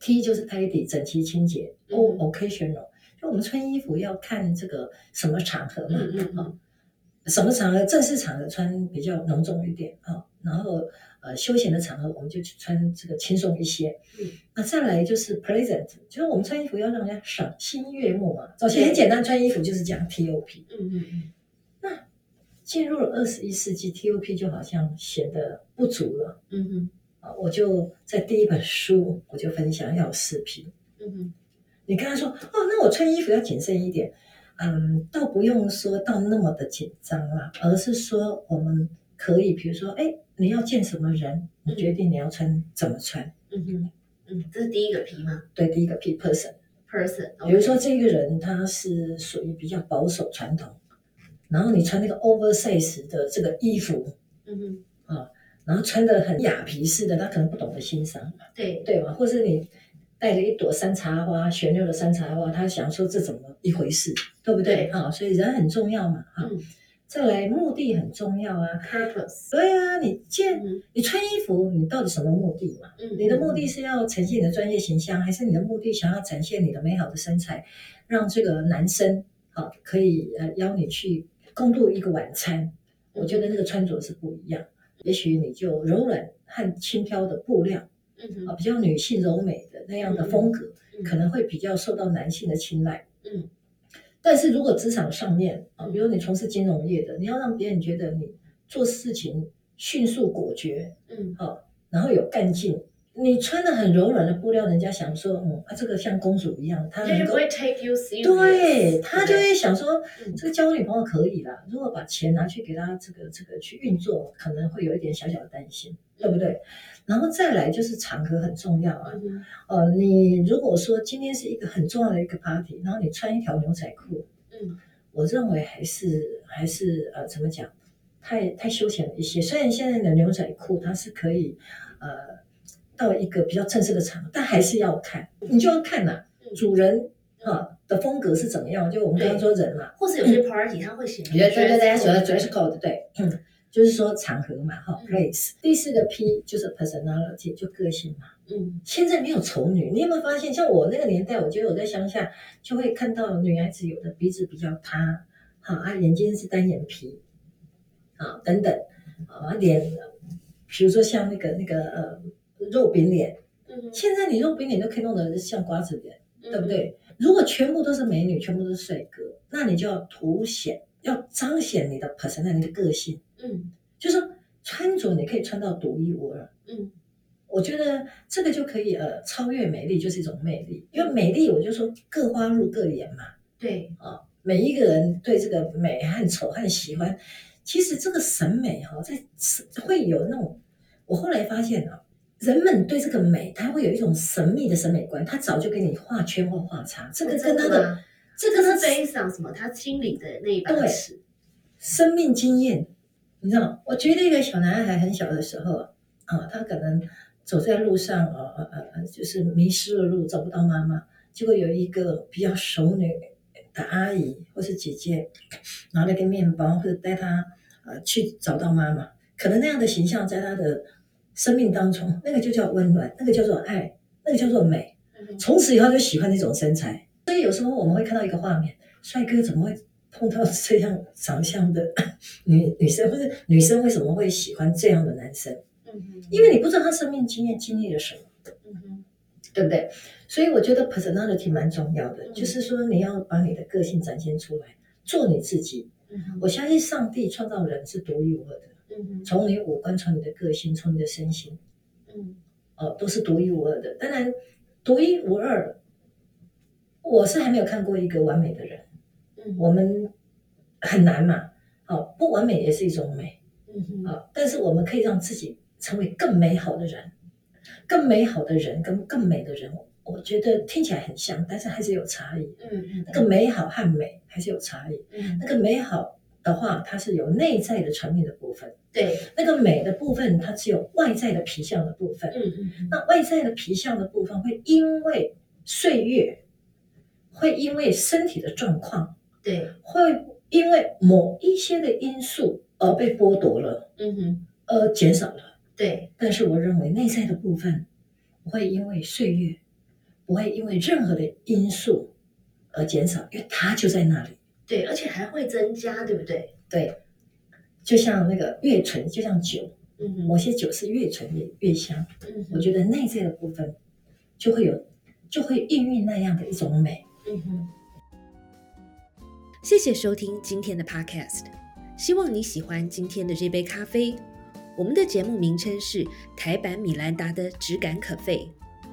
[SPEAKER 1] ，T 就是 tidy 整齐清洁
[SPEAKER 3] 嗯
[SPEAKER 1] ，O occasional，就我们穿衣服要看这个什么场合嘛。
[SPEAKER 3] 嗯嗯
[SPEAKER 1] 什么场合？正式场合穿比较浓重一点啊、然后呃休闲的场合我们就去穿这个轻松一些。
[SPEAKER 3] 嗯，
[SPEAKER 1] 那再来就是 present，就是我们穿衣服要让人家赏心悦目嘛。早期很简单，穿衣服就是讲 TOP。
[SPEAKER 3] 嗯
[SPEAKER 1] 进入了二十一世纪，TOP 就好像显得不足了
[SPEAKER 3] 嗯
[SPEAKER 1] 啊。我就在第一本书我就分享要有四 P，
[SPEAKER 3] 嗯
[SPEAKER 1] 你跟他说哦，那我穿衣服要谨慎一点，嗯，倒不用说到那么的紧张啦，而是说我们可以，比如说，哎，你要见什么人，你决定你要穿怎么穿。
[SPEAKER 3] 嗯嗯，这是第一个 P 吗
[SPEAKER 1] 对，第一个 P person，
[SPEAKER 3] ？Person，嗯
[SPEAKER 1] 比如说这个人他是属于比较保守传统，然后你穿那个 oversize 的这个衣服，
[SPEAKER 3] 嗯
[SPEAKER 1] 然后穿的很雅皮式的，他可能不懂得欣赏。
[SPEAKER 3] 哼，对，
[SPEAKER 1] 对嘛？或是你带着一朵山茶花，玄六的山茶花，他想说这怎么一回事，对不对
[SPEAKER 3] 对
[SPEAKER 1] 啊、所以人很重要嘛，啊、
[SPEAKER 3] 嗯
[SPEAKER 1] 再来目的很重要啊。
[SPEAKER 3] ，Purpose，
[SPEAKER 1] 对啊，你见
[SPEAKER 3] 嗯
[SPEAKER 1] 你穿衣服，你到底什么目的嘛？
[SPEAKER 3] 嗯，
[SPEAKER 1] 你的目的是要呈现你的专业形象，还是你的目的想要展现你的美好的身材，让这个男生啊可以呃邀你去共度一个晚餐？我觉得那个穿着是不一样，也许你就柔软和轻飘的布料。
[SPEAKER 3] 嗯
[SPEAKER 1] 啊，比较女性柔美的那样的风格，
[SPEAKER 3] 嗯
[SPEAKER 1] 可能会比较受到男性的青睐。
[SPEAKER 3] 嗯，
[SPEAKER 1] 但是如果职场上面啊，
[SPEAKER 3] 嗯
[SPEAKER 1] 比如你从事金融业的，你要让别人觉得你做事情迅速果决，
[SPEAKER 3] 嗯
[SPEAKER 1] 然后有干劲。你穿的很柔软的布料，人家想说，嗯，啊，这个像公主一样，她
[SPEAKER 3] 就是
[SPEAKER 1] 能
[SPEAKER 3] 不
[SPEAKER 1] 够，
[SPEAKER 3] 会 take you serious，
[SPEAKER 1] 对，她就会想说，
[SPEAKER 3] 嗯
[SPEAKER 1] 这个交女朋友可以啦，如果把钱拿去给她这个这个去运作，可能会有一点小小的担心，对不对？然后再来就是场合很重要啊，
[SPEAKER 3] 嗯
[SPEAKER 1] 呃，你如果说今天是一个很重要的一个 party，然后你穿一条牛仔裤，
[SPEAKER 3] 嗯
[SPEAKER 1] 我认为还是还是呃怎么讲，太太休闲了一些。虽然现在的牛仔裤它是可以呃到一个比较正式的场合，但还是要看，你就要看呐、
[SPEAKER 3] 嗯
[SPEAKER 1] 主人啊、的风格是怎么样。就我们刚刚说人嘛，
[SPEAKER 3] 或是有些 party 他会写，
[SPEAKER 1] 你觉得嗯对对对，所谓 dress code 对，嗯，就是说场合嘛哈、
[SPEAKER 3] 嗯
[SPEAKER 1] place。第四个 P 就是 personality，就个性嘛。
[SPEAKER 3] 嗯
[SPEAKER 1] 现在没有丑女，你有没有发现？像我那个年代，我觉得我在乡下就会看到女孩子有的鼻子比较塌，好啊，眼睛是单眼皮，啊等等，啊脸，比如说像那个那个呃肉饼脸，
[SPEAKER 3] 嗯，
[SPEAKER 1] 现在你肉饼脸都可以弄得像瓜子脸，对
[SPEAKER 3] 对
[SPEAKER 1] 不？对？如果全部都是美女，全部都是帅哥，那你就要凸显，要彰显你的 p e r s o n a 的个性，
[SPEAKER 3] 嗯
[SPEAKER 1] 就是说穿着你可以穿到独一无二。
[SPEAKER 3] 嗯
[SPEAKER 1] 我觉得这个就可以呃超越美丽，就是一种魅力。因为美丽，我就说各花入各眼嘛，
[SPEAKER 3] 对，
[SPEAKER 1] 每一个人对这个美和丑和喜欢，其实这个审美哈、在是会有那种，我后来发现啊，人们对这个美，他会有一种神秘的审美观，他早就给你画圈或画叉，这
[SPEAKER 3] 哦
[SPEAKER 1] 个跟他的这
[SPEAKER 3] 这
[SPEAKER 1] 跟他
[SPEAKER 3] 是
[SPEAKER 1] 的
[SPEAKER 3] based on 什么？他心里的那一把尺，
[SPEAKER 1] 生命经验，你知道，我觉得一个小男孩很小的时候啊，他可能走在路上，呃呃呃呃，就是迷失了路，找不到妈妈，结果有一个比较熟女的阿姨或是姐姐拿了个面包，或者带他呃去找到妈妈，可能那样的形象在他的生命当中，那个就叫温暖，那个叫做爱，那个叫做美。
[SPEAKER 3] 嗯
[SPEAKER 1] 从此以后就喜欢那种身材。所以有时候我们会看到一个画面，帅哥怎么会碰到这样长相的 女女生，或者女生为什么会喜欢这样的男生？
[SPEAKER 3] 嗯
[SPEAKER 1] 因为你不知道他生命经验经历了什么。
[SPEAKER 3] 嗯
[SPEAKER 1] 对不对？所以我觉得 personality 蛮重要的，
[SPEAKER 3] 嗯
[SPEAKER 1] 就是说你要把你的个性展现出来，做你自己。
[SPEAKER 3] 嗯
[SPEAKER 1] 我相信上帝创造人是独一无二的，
[SPEAKER 3] 嗯
[SPEAKER 1] 从你五官，从你的个性，从你的身形，
[SPEAKER 3] 嗯
[SPEAKER 1] 哦，都是独一无二的。当然，独一无二，我是还没有看过一个完美的人，
[SPEAKER 3] 嗯
[SPEAKER 1] 我们很难嘛。哦，不完美也是一种美。
[SPEAKER 3] 嗯
[SPEAKER 1] 啊，但是我们可以让自己成为更美好的人，更美好的人跟更美的人，我觉得听起来很像，但是还是有差异。
[SPEAKER 3] 嗯
[SPEAKER 1] 那个美好和美还是有差异。
[SPEAKER 3] 嗯
[SPEAKER 1] 那个美好的话，它是有内在的层面的部分；
[SPEAKER 3] 对
[SPEAKER 1] 那个美的部分，它只有外在的皮相的部分。
[SPEAKER 3] 嗯嗯
[SPEAKER 1] 那外在的皮相的部分，会因为岁月，会因为身体的状况，
[SPEAKER 3] 对
[SPEAKER 1] 会因为某一些的因素而被剥夺了，
[SPEAKER 3] 嗯哼
[SPEAKER 1] 而减少了。
[SPEAKER 3] 对
[SPEAKER 1] 但是我认为内在的部分不会因为岁月，不会因为任何的因素而减少，因为它就在那里。
[SPEAKER 3] 对，而且还会增加，对不对？
[SPEAKER 1] 对，就像那个越醇，就像酒，
[SPEAKER 3] 嗯
[SPEAKER 1] 某些酒是越醇越越香。
[SPEAKER 3] 嗯
[SPEAKER 1] 我觉得内在的部分就会有，就会孕育那样的一种美。
[SPEAKER 3] 嗯哼。谢谢收听今天的 Podcast，希望你喜欢今天的这杯咖啡。我们的节目名称是台版米兰达的质感可废，